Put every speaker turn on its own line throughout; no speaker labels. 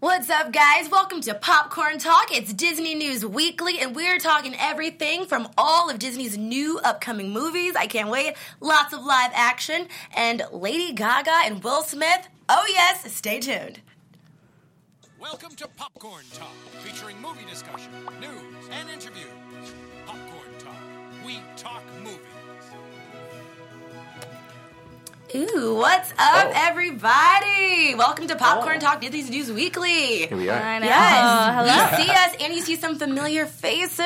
What's up, guys? Welcome to Popcorn Talk. It's Disney News Weekly, and we're talking everything from all of Disney's new upcoming movies. I can't wait. Lots of live action, and Lady Gaga and Will Smith. Oh, yes, stay tuned.
Welcome to Popcorn Talk, featuring movie discussion, news, and interviews. Popcorn Talk, we talk movies.
Ooh, what's up,
Oh.
everybody? Welcome to Popcorn Talk Disney's News Weekly. Here
we are.
Yes.
Oh, hello.
You see us and you see some familiar faces.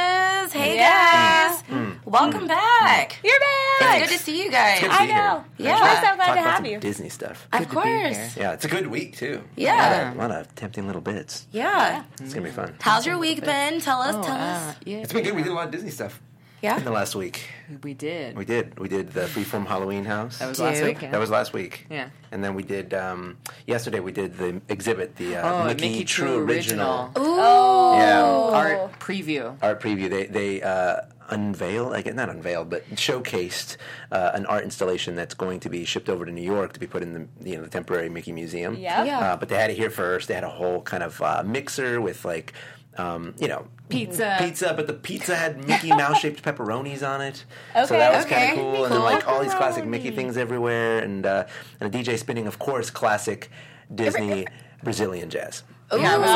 Hey
Yeah.
Mm.
guys. Welcome back.
You're back.
It's good to see you guys.
Good to
I
be here.
know.
Good
Yeah.
to
We're
so glad
talk
to
about
have
some
you.
Disney stuff.
Of course.
Yeah, it's a good week too.
Yeah.
A lot of tempting little bits.
Yeah.
It's gonna be fun.
How's your week been? Tell us, tell us.
It's been good. We did a lot of Disney stuff in the
Yeah.
last week.
We did.
We did. We did the Freeform Halloween House.
that was
do.
last weekend.
That was last week.
Yeah.
And then we did um, yesterday. We did the exhibit, the uh,
Oh,
Mickey, True, Original.
Ooh.
Yeah.
art preview.
Art preview. They they uh, unveil, like not unveil, but showcased uh, an art installation that's going to be shipped over to New York to be put in the you know the temporary Mickey Museum.
Yep.
Yeah.
Uh, but they had it here first. They had a whole kind of uh, mixer with like, um, you know,
Pizza.
Pizza, but the pizza had Mickey Mouse shaped pepperonis on it. so
Okay,
that was
okay.
kind of cool. And then like all these classic Mickey things everywhere, and uh, and a DJ spinning, of course, classic Disney Brazilian jazz.
Yeah, it was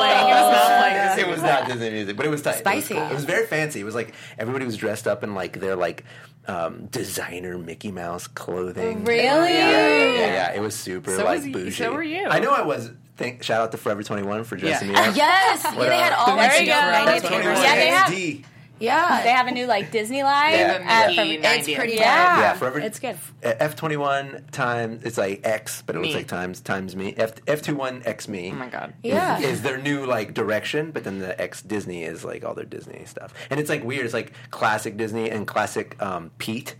like, it was not playing. It was not playing.
It was not Disney music, but it was tight. It was
Spicy.
cool. It was, very fancy. It was like everybody was dressed up in like their like um, designer Mickey Mouse clothing.
Really?
Yeah, yeah, yeah, yeah. It was super
So
like
was y-
bougie.
so were you.
I know I was. Thank, shout out to Forever 21 for dressing
Yeah.
me up.
Yes. Yeah, they had all
There
that
you
shit
go.
for
That's
90th
what it
anniversary.
was.
Yeah,
Yeah, they have-
SD.
Yeah.
They have a new like Disney line.
Yeah.
at-
The
from-
Mickey
it's-
it's pretty
idea.
yeah.
Yeah, forever.
It's good.
F twenty one times it's like X, but it looks
Me.
like times times me. F F two one X me.
Oh my god.
Yeah.
Is their new like direction, but then the X Disney is like all their Disney stuff, and it's like weird. It's like classic Disney and classic um, Pete,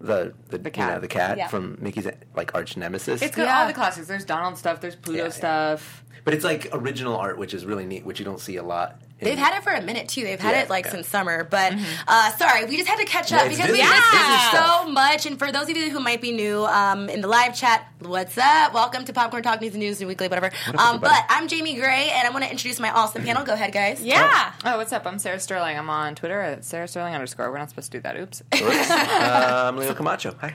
the the, you know,
cat.
the cat
Yeah.
from Mickey's like arch nemesis.
It's got
Yeah.
all the classics. There's Donald stuff. There's Pluto
Yeah, yeah.
stuff.
but it's like original art, which is really neat, which you don't see a lot. in-
They've had it for a minute too. They've had
Yeah,
it like
yeah.
since summer, but uh, sorry, we just had to catch up
Yeah, it's
because we
Disney.
missed
It's Disney stuff.
so much. And for those of you who might be new um, in the live chat, what's up? Welcome to Popcorn Talk News and News and Weekly, whatever. um,
everybody?
but I'm Jamie Gray, and I want to introduce my awesome panel. Go ahead, guys.
Yeah.
Oh, what's up? I'm Sarah Sterling. I'm on Twitter at Sarah Sterling underscore. We're not supposed to do that. Oops.
um, Leo Camacho. Hi.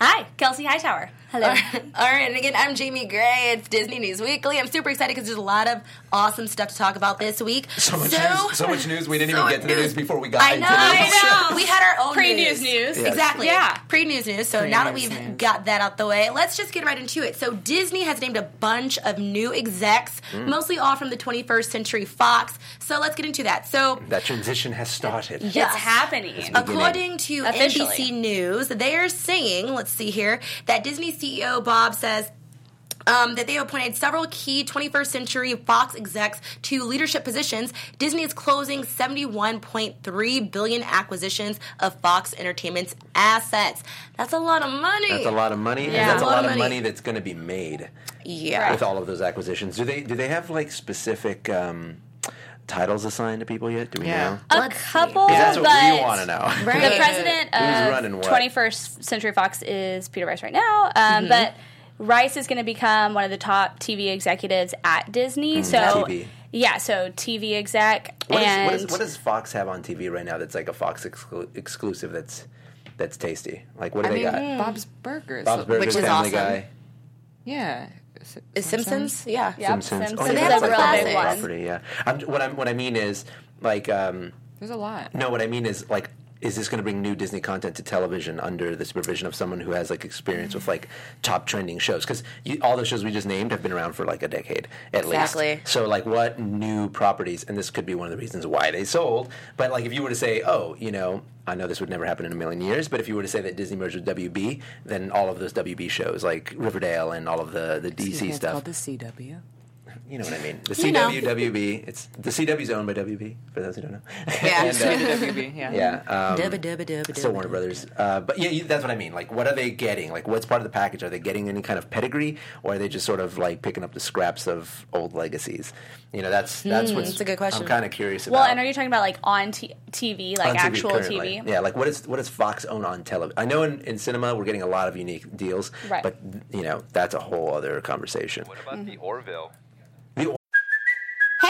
Hi, Kelsey Hightower. Hello.
All right, and again, I'm Jamie Gray. It's Disney News Weekly. I'm super excited because there's a lot of awesome stuff to talk about this week.
So much news. So much news. We didn't
so
even get to the
much
news before we got
I know,
into
I
I
know.
know.
We had our own
Pre-news news.
Yes.
Exactly.
Yeah.
Pre-news news. So now that
Pre-news
we've
news.
got that out the way, let's just get right into it. So Disney has named a bunch of new execs,
Mm.
mostly all from the 21st Century Fox. So let's get into that. So
That transition has started.
yes.
It's happening.
According to
Officially.
NBC News, they are saying, let's see here, that Disney CEO Bob says um, that they appointed several key 21st century Fox execs to leadership positions. Disney is closing 71.3 billion acquisitions of Fox Entertainment's assets. That's a lot of money.
That's a lot of money,
Yeah.
and that's a lot, of money, that's going to be made
Yeah.
with all of those acquisitions. Do they do they have like specific um, titles assigned to people yet? Do we
Yeah.
know?
A
Let's see.
couple,
'Cause that's
but
what we want to know.
Right.
the president
Who's running
of
what?
21st Century Fox is Peter Rice right now,
Mm-hmm.
um, but Rice is going to become one of the top TV executives at Disney. So,
TV.
yeah, so TV exec
Mm-hmm. What, is-
and
what, is, what does Fox have on TV right now that's like a Fox exclu- exclusive? That's that's tasty. Like what do
I
they
mean, hmm.
got?
Bob's Burgers.
Bob's Burgers,
Which is
Family
awesome.
Guy,
Yeah.
Is Simpsons? Yeah.
Yep,
Simpsons.
Simpsons
Oh,
is
yeah,
they
that's
have
like
a
their
real
own
big one.
property. Yeah. I'm, what I'm what I mean is like um,
There's a lot.
no. What I mean is like. Is this going to bring new Disney content to television under the supervision of someone who has like experience with like top trending shows? Because all the shows we just named have been around for like a decade at
Exactly.
least. So like, what new properties? And this could be one of the reasons why they sold. But like, if you were to say, oh, you know, I know this would never happen in a million years, but if you were to say that Disney merged with WB, then all of those WB shows like Riverdale and all of the the DC
It's
stuff,
called the CW.
you know what I mean? The
You know.
CW, WB. It's the CW's owned by WB. For those who don't know.
Yeah.
and, uh,
WB. Yeah.
yeah. Um,
Dubba dubba dubba
so
dubba.
Warner Brothers. Uh, but yeah, you, that's what I mean. Like, what are they getting? Like, what's part of the package? Are they getting any kind of pedigree, or are they just sort of like picking up the scraps of old legacies? You know, that's that's
Hmm,
what's
that's a good question.
I'm kind of curious about.
well, and are you talking about like on t- TV, like
on TV
actual
currently.
TV?
Yeah, like what is what does Fox own on television? I know in, in cinema we're getting a lot of unique deals,
Right.
but you know that's a whole other conversation.
What about the Orville?
The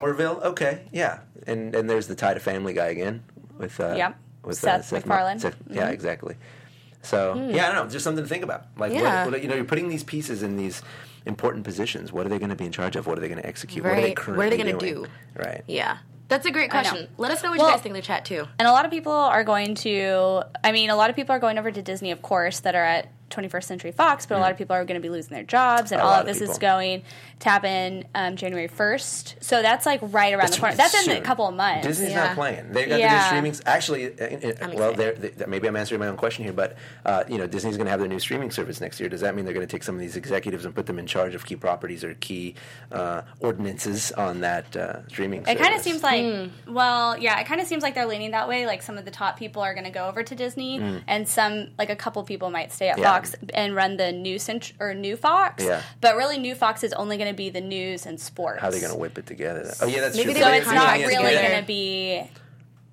Orville, okay, yeah, and and there's the tie to Family Guy again with uh,
Yep.
with
Seth MacFarlane.
Yeah,
Mm-hmm.
exactly. So
Hmm.
yeah, I don't know, just something to think about. Like,
Yeah.
what, what- you know, you're putting these pieces in these important positions. What are they going to be in charge of? What are they going to execute? What are they
Right. What
currently
are they gonna
doing?
do?
Right.
Yeah. That's a great
I know.
question. Let us know what
Well-
you guys think in the chat too.
And a lot of people are going to, I mean, a lot of people are going over to Disney, of course, that are at 21st Century Fox, but a lot of people are going to be losing their jobs, and
A
all
lot
of
of
this is
people.
going to happen um, January 1st. So that's like right around the corner. That's in a
soon.
couple of months.
Disney's
Yeah.
not playing. They've got
Yeah.
the new streamings. Actually, uh, uh, well, they're, they, maybe I'm answering my own question here, but uh, you know, Disney's going to have their new streaming service next year. Does that mean they're going to take some of these executives and put them in charge of key properties or key uh, ordinances on that uh, streaming?
It kind of seems like, well, yeah, it kind of seems like they're leaning that way. Like some of the top people are going to go over to Disney, and some, like a couple people, might stay at
Hmm. Yeah.
Fox and run the new cent- or new Fox.
Yeah.
But really, new Fox is only going to be the news and sports.
how they're going to whip it together. Oh yeah, that's
Maybe
true.
they
So
Yeah,
it's
yeah,
not
yeah,
really
yeah.
going to be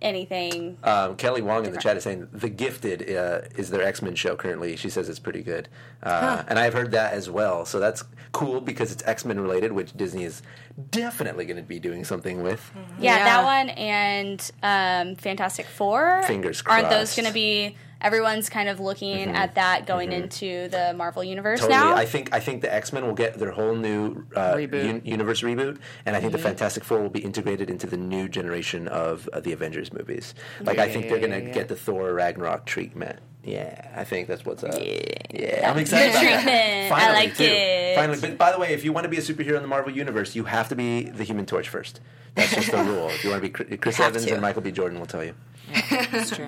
anything.
Um, Kelly Wong in the chat is saying The Gifted uh, is their X Men show currently. She says it's pretty good, uh, and I've heard that as well. So that's cool because it's X Men related, which Disney is definitely going to be doing something with.
yeah,
Yeah.
that one and um, Fantastic Four.
Fingers
Aren't those
crossed. Mm-hmm.
going to be? Everyone's kind of looking at that going into the Marvel universe
Totally.
now.
I think I think the X Men will get their whole new uh,
Reboot.
un- universe reboot, and I think the Fantastic Four will be integrated into the new generation of uh, the Avengers movies. Like I think they're gonna get the Thor Ragnarok treatment. Yeah, I think that's what's up. Yeah, I'm excited about
treatment.
that.
I
Finally,
like
too.
it.
Finally, but by the way, if you want to be a superhero in the Marvel universe, you have to be the Human Torch first. That's just the rule. If you want to be Chris- Chris
have
Evans
to.
and Michael B. Jordan, will tell you.
That's true.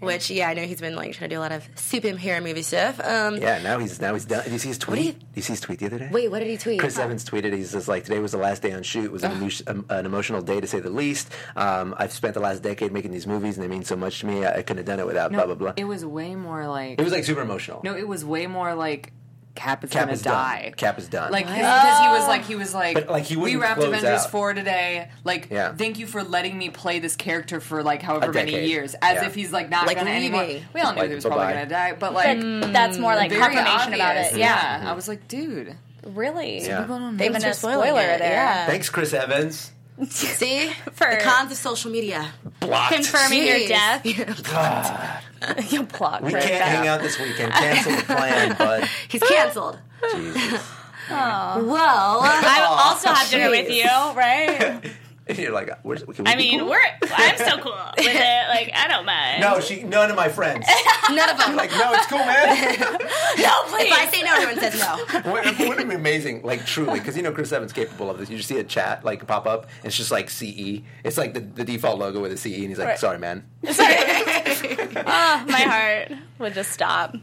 Which yeah, I know he's been like trying to do a lot of superhero movie stuff. Um,
Yeah, now he's now he's done. Did you see his tweet?
do you-
Did you see his tweet the other day?
Wait, what did he tweet?
Chris Evans tweeted, he says, like, today was the last day on shoot. It was an, emo- um, an emotional day, to say the least. Um, I've spent the last decade making these movies, and they mean so much to me. I, I couldn't have done it without blah, blah, blah.
It was way more like.
It was, like, super emotional.
no, it was way more like Cap is
Cap
gonna
is done.
die.
Cap is done.
Like because he was like he was like,
But, like, he
we
wouldn't
wrapped
close
Avengers
out.
four today. Like
Yeah.
thank you for letting me play this character for like however many
decade.
years. As
Yeah.
if he's like not
Like
gonna anymore.
leaving.
We all knew
Like,
he was probably
bye-bye.
gonna die, but like
But that's more like
very
confirmation about
obvious.
it. Yeah,
I was like, dude,
really.
Yeah.
people don't know.
Thanks
Even
for
a
spoiling
spoiler
it,
there.
Yeah.
Thanks, Chris Evans.
See
For-
the cons of social media.
Blocked.
Confirming your
Jeez.
death.
God.
you blocked
We
right
can't
back.
hang out this weekend. Cancel the plan, bud.
He's canceled.
Jesus.
Well,
I also have dinner
Jeez.
with you, right?
And you're like, where's, can we
I
be
mean,
cool?
we're I'm so cool with it. Like I don't mind.
No, she, none of my friends.
none of them.
like, no, it's cool, man.
no, please.
If I say no, everyone says no.
Wouldn't wouldn't it be amazing, like truly, because you know Chris Evans capable of this. You just see a chat like pop up, and it's just like CE. It's like the, the default logo with a CE, and he's like,
Right.
"Sorry, man."
oh, my heart would just stop.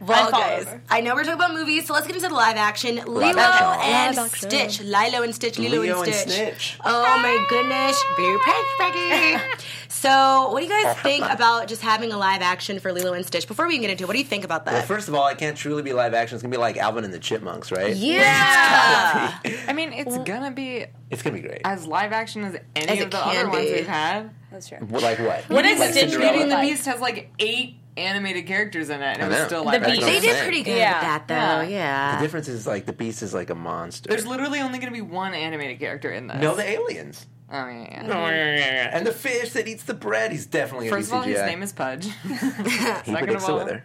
Well,
I'd fall
guys,
over. I,
I know we're talking about movies, so let's get into the live action. Lilo
action.
and
Live action.
Stitch. Lilo and Stitch. Lilo,
Leo
and
and
Stitch.
Snitch.
Oh my goodness, blue patch baggy. So, what do you guys think about just having a live action for Lilo and Stitch? Before we even get into it, what do you think about
Well,
that?
first of all, it can't truly be live action. It's gonna be like Alvin and the Chipmunks, right?
yeah,
I mean, it's gonna be
It's gonna be great.
as live action as any
As it
of the
can
other ones
be.
we've had.
That's true.
Well, like what?
What is
like
Stitch
Cinderella?
Beauty and the
Like-
Beast has like eight animated characters in it, and it
I
was
know.
still
The
live
Beast.
action.
they
That's
did
what I'm
pretty
saying.
good
Yeah.
with that, though.
The
Yeah,
difference is like the Beast is like a monster.
There's literally only going to be one animated character in this.
no the aliens.
Oh, yeah, yeah.
And the fish that eats the bread, he's definitely gonna
First of
be
all,
CGI.
his name is Pudge.
he predicts the weather.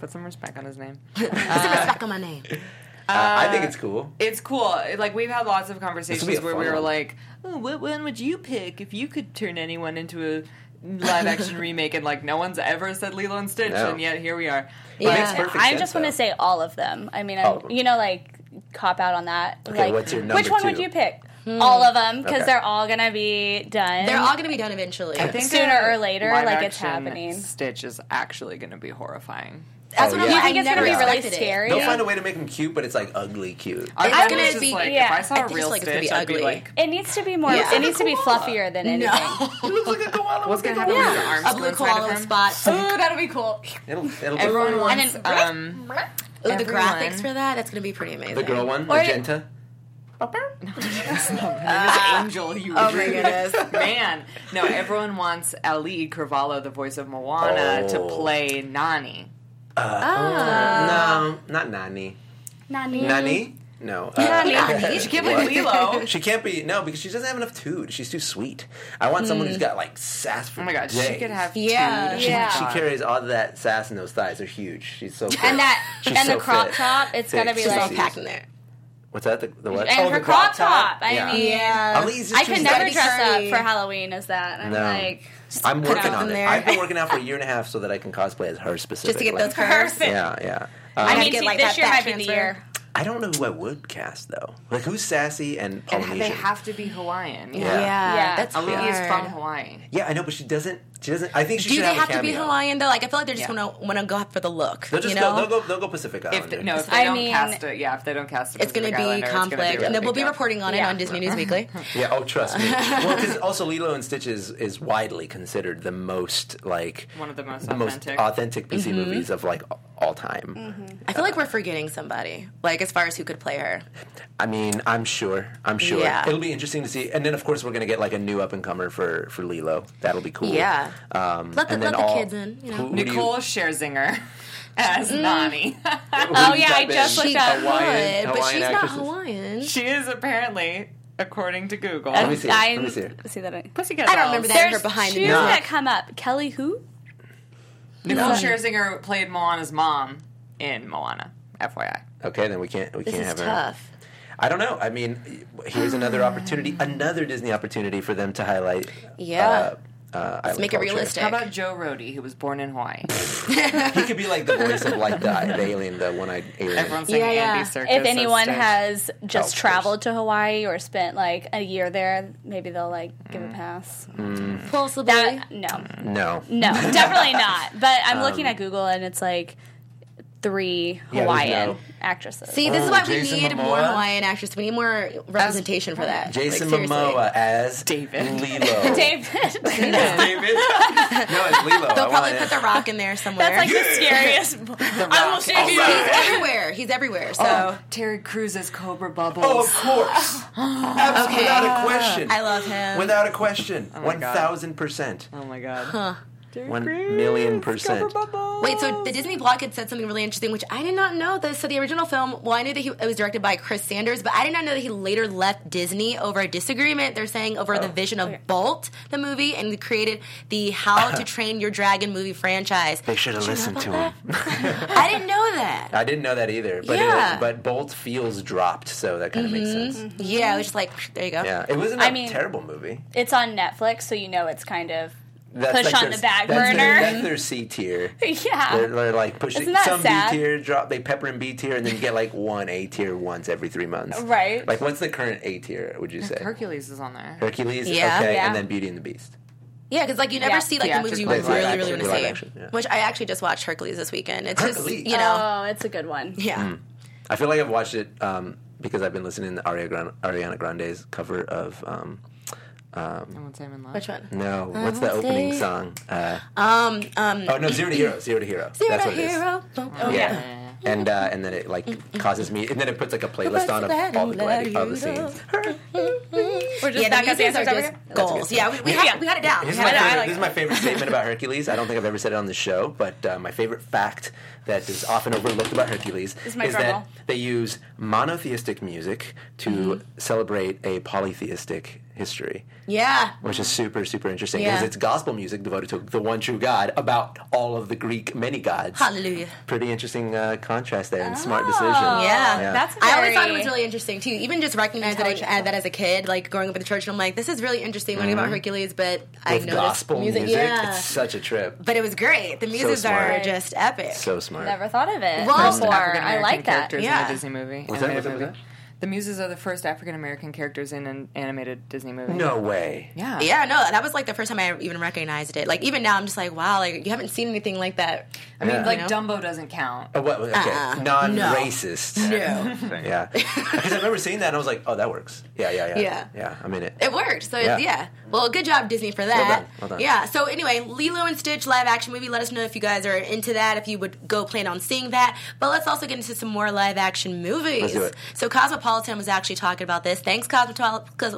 Put some respect on his name.
back on my name.
Uh, I think it's cool.
It's cool. Like we've had lots of conversations
a
where
fun
we were
one.
like, oh, "What one would you pick if you could turn anyone into a live action remake?" And like, no one's ever said Lilo and Stitch,
No.
and yet here we are.
It
Yeah.
makes perfect
I
sense,
just want
though.
to say all of them. I mean,
All
I'm,
of them.
you know, like cop out on that.
Okay,
like,
what's your number
which one
two?
would you pick? All of them because
Okay.
they're all gonna be done.
They're all going to be done eventually.
I think
Sooner
a
or later,
live
like, it's
action
happening.
Stitch is actually going to be horrifying.
That's
Oh,
what I'm
yeah.
like.
You
think
I
it's gonna be
never
really
expected it.
scary?
They'll find a way to make them cute, but it's like ugly cute.
I
It's
thought it
gonna
was just
be-
like
yeah.
if I saw
I
a
think it's
real
like it's gonna
stitch,
be
I'd be
ugly.
like,
It needs to be more.
Yeah.
It needs to be fluffier than anything.
No.
It looks like a koala.
what's
with
gonna
big
happen when his
arms.
arms
A
go
blue
inside
koala
of
with
him?
spots. Ooh,
that'll be cool.
It'll, it'll be
Everyone
fine.
wants
then-
um,
the
everyone-
graphics for that, that's going to be pretty amazing.
the girl one,
Or-
magenta.
angel. You
Oh my goodness.
man. No, everyone wants Ali Carvalho, the voice of Moana, to
Oh.
play Nani.
Ah.
no, not Nani.
Nani.
Nani? No. Uh,
She can't play Lilo.
She can't be no because she doesn't have enough toot. She's too sweet. I want someone who's got like sass. For
Oh my god, she
days.
could have
Yeah.
two.
She,
Hmm. Yeah.
she carries all of that sass, and those thighs are huge. She's so. Fit.
And that
She's
and
so
the crop
fit.
top. It's
Thick.
gonna be
She's
It's
so
all
Jeez.
like
packed in there.
What's that? The, the what?
and
oh,
her
the
crop top. I
Yeah.
mean, uh,
Yeah.
Elise just
I could
chooses
never
that.
dress up
curvy.
for Halloween as that. I'm
No.
like
I'm working
out
on
in
it.
there.
I've been working out for a year and a half so that I can cosplay as her specifically.
Just to get those curves.
perfect.
Yeah, yeah. Um,
I
gotta
mean,
get,
see,
like,
this
that
year
fat
might be the
transfer.
year.
I don't know who I would cast though. Like who's sassy and
And
Polynesian?
they have to be Hawaiian.
Yeah,
Yeah.
Yeah.
that's
Ali
hard.
is from Hawaii.
yeah, I know, but she doesn't. She doesn't. I think she
Do
should
they
have,
have
a
to be
cameo.
Hawaiian though? Like I feel like they're just
Yeah.
gonna want to go out for the look.
They'll just
you know?
go. They'll go. They'll go Pacific
If
Islander.
they, no, if they
I
don't
mean-
cast it, yeah, if they don't cast it,
it's going to
Pacific
be
Islander, it's gonna be a
conflict,
really
and then we'll
big
be
deal.
reporting on it
Yeah.
on Disney News Weekly.
Yeah. Oh, trust me. well, because also Lilo and Stitch is, is widely considered the most like
One of the most authentic.
authentic PC movies of like all time.
I feel like we're forgetting somebody, like as far as who could play her.
I mean, I'm sure. I'm sure.
Yeah.
It'll be interesting to see. And then, of course, we're going to get like a new up and comer for for Lilo. That'll be cool.
Yeah.
Um,
Let the-
and then
let the
all-
kids in, you know.
who- who do
Nicole Scherzinger as Nani.
Oh yeah, I
type
just
in
looked
She
up.
Hawaiian-
could, but
Hawaiian
she's not
actresses.
Hawaiian.
she is apparently, according to Google,
Let me see.
I
Let me see.
see that. I-
Pussycat
I don't
Dolls.
remember that.
There's
her behind the
two
nose.
that come up. Kelly who?
Nicole Scherzinger played Moana's mom in Moana. FYI.
Okay, then we can't we
This
can't
is
have her.
tough.
I don't know. I mean, here's another opportunity, another Disney opportunity for them to highlight.
Yeah.
Uh, uh, Let's
make it realistic.
How about Joe Rody, who was born in Hawaii?
He could be like the voice of like the, the alien, the one-eyed alien.
Everyone's saying
Yeah, yeah.
Andy Serkis.
If anyone
has.
has
of course.
just traveled to Hawaii or spent like a year there, maybe they'll like give
Mm.
a pass.
Possibly.
That no,
no.
no, definitely not. But I'm looking at Google and it's like three
Um, Yeah, there's
Hawaiian
no-
actresses.
See, this
Oh,
is why
Jason
we need
Momoa?
more Hawaiian actresses. We need more representation for that.
Jason
Like, seriously.
Momoa as
David.
Lilo.
David,
As David. no, it's
They'll
Lilo. I
probably
want
put
it.
the rock in there somewhere.
that's like the scariest. I will save
he's
you.
everywhere. He's everywhere. So
Terry Crews as Cobra
Oh,
Bubbles.
of course. Absolutely,
Okay.
without a question.
I love him.
Without a question. One
God.
thousand percent.
Oh, my god.
One million percent.
Wait, so the Disney blog had said something really interesting, which I did not know. This so the original film. Well, I knew that he, it was directed by Chris Sanders, but I did not know that he later left Disney over a disagreement. They're saying over
Oh.
the vision of Bolt, the movie, and created the How to Train Your Dragon movie franchise.
They should have listened to him.
I didn't know that.
I didn't know that either. But
Yeah.
it, but Bolt feels dropped, so that kind of makes sense.
Yeah, it was just like there you go.
Yeah, it wasn't a
Mm-hmm. I mean-
terrible movie.
It's on Netflix, so you know it's kind of
That's
push
like
on
their-
the back
that's Their,
burner.
that's their C tier.
yeah.
They're, they're like pushing
Isn't that
some
sad?
B tier drop. They pepper in B tier, and then you get like one A tier once every three months.
Right.
Like, what's the current A tier? Would you say
Hercules is on there.
Hercules?
Yeah.
okay,
Yeah.
and then Beauty and the Beast.
Yeah, because like you never
Yeah.
see like the movies you
Theatrical
really,
live
really,
action.
want to
Live
see.
action, yeah.
Which I actually just watched Hercules this weekend. It's
Hercules? Hmm.
just you know,
Oh, it's a good one.
yeah.
I feel like I've watched it um, because I've been listening to Ariana, Grande, Ariana Grande's cover of. Um,
Once I'm in love.
Which one?
no, what's the opening song? Uh,
Um, um,
oh no, Zero to Hero, Zero to Hero.
Zero
That's
to
what it is.
Hero. Oh, Boom, boom.
Yeah. And uh, and then it like causes me, and then it puts like a playlist on of all the gladi- all the scenes.
We're just
Yeah,
not
the music
gonna dance
are
over
just
here.
goals. Yeah, we, we, had, we had it down. We
This is,
had
my
it down.
favorite, this is my favorite statement about Hercules. I don't think I've ever said it on the show, but uh, my favorite fact that is often overlooked about Hercules
is my drum roll.
that they use monotheistic music to
Mm-hmm.
celebrate a polytheistic history.
Yeah.
Which is super, super interesting
Mm. Yeah.
because it's gospel music devoted to the one true God about all of the Greek many gods.
Hallelujah. Oh.
Pretty interesting uh, contrast there and smart decision.
Yeah.
Oh, Yeah.
That's
I always
very-
thought it was really interesting too. Even just recognize that I had that as a kid, like growing up in the church, and I'm like, this is really interesting learning about Hercules, but I
Mm-hmm.
know
With gospel
this
music,
Yeah.
it's such a trip.
but it was great. The music are
smart.
just epic.
So smart.
Never thought of it
Well,
before. I like that.
characters
Yeah.
in a Disney movie.
Was
animated
that- was that-
movie.
was
The Muses are the first African American characters in an animated Disney movie.
No way.
Yeah.
Yeah, no, that was like the first time I even recognized it. Like even now, I'm just like, wow, like you haven't seen anything like that.
I mean,
Yeah.
like
You know?
Dumbo doesn't count.
Oh, what? Okay.
Uh-uh.
Non-racist.
No,
Yeah. Because I remember seeing that and I was like, oh, that works. Yeah, yeah, yeah.
Yeah.
Yeah, I'm in it.
it worked. So yeah.
Yeah.
yeah, well, good job Disney for that.
done, well done.
Yeah. So anyway, Lilo and Stitch live action movie. Let us know if you guys are into that. If you would go plan on seeing that. But let's also get into some more live action movies.
Let's do it.
So Cosmopolitan was actually talking about this. Thanks, Cosmopol- Cos-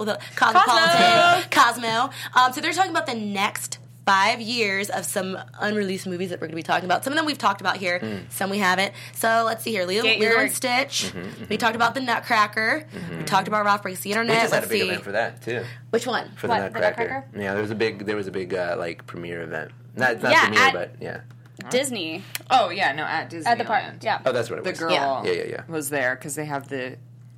Cosmopolitan. Cosmo. Um, so they're talking about the next. Five years of some unreleased movies that we're going to be talking about. Some of them we've talked about here,
Mm.
some we haven't. So let's see here. Lilo,
Get
Lilo
your-
and Stitch. We talked about the Nutcracker. We talked about Ralph Breaks the
Mm-hmm, We
Internet.
just had a
Let's
big
see.
event for that too.
Which one?
For the
What, the
Nutcracker.
Nutcracker?
Yeah, there was a big there was a big uh, like premiere event. Not not
Yeah,
premiere,
at-
but yeah.
Disney
Oh yeah, no, at Disney
at the park. Yeah.
Oh, that's what it
the
was.
girl.
Yeah.
Yeah, yeah, yeah.
Was there because they have the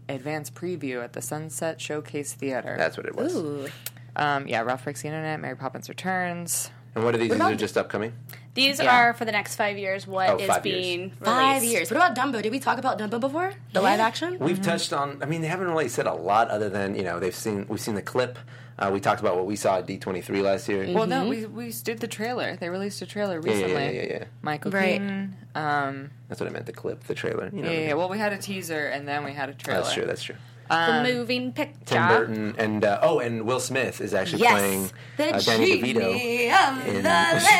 advanced preview at the Sunset Showcase Theater.
That's what it was.
Ooh.
um, yeah. Ralph breaks the internet. Mary Poppins returns.
And what are these? These
about-
are just upcoming.
These
Yeah.
are for the next five years. What
Oh,
is
five years.
being released?
Five years. What about Dumbo? Did we talk about Dumbo before? The live action?
We've
Mm-hmm.
touched on. I mean, they haven't really said a lot other than you know they've seen we've seen the clip. Uh, we talked about what we saw at D twenty three last year.
Well, no,
Mm-hmm.
we we did the trailer. They released a trailer
yeah,
recently.
yeah, yeah, yeah.
Michael
Right.
Keaton. Um,
That's what I meant. The clip, the trailer. You know
yeah,
what I
yeah,
mean?
yeah. Well, we had a teaser and then we had a trailer.
That's true. That's true.
Um,
The moving picture.
Tim Burton and uh, oh, and Will Smith is actually
Yes.
playing uh, Danny DeVito.
of the
in-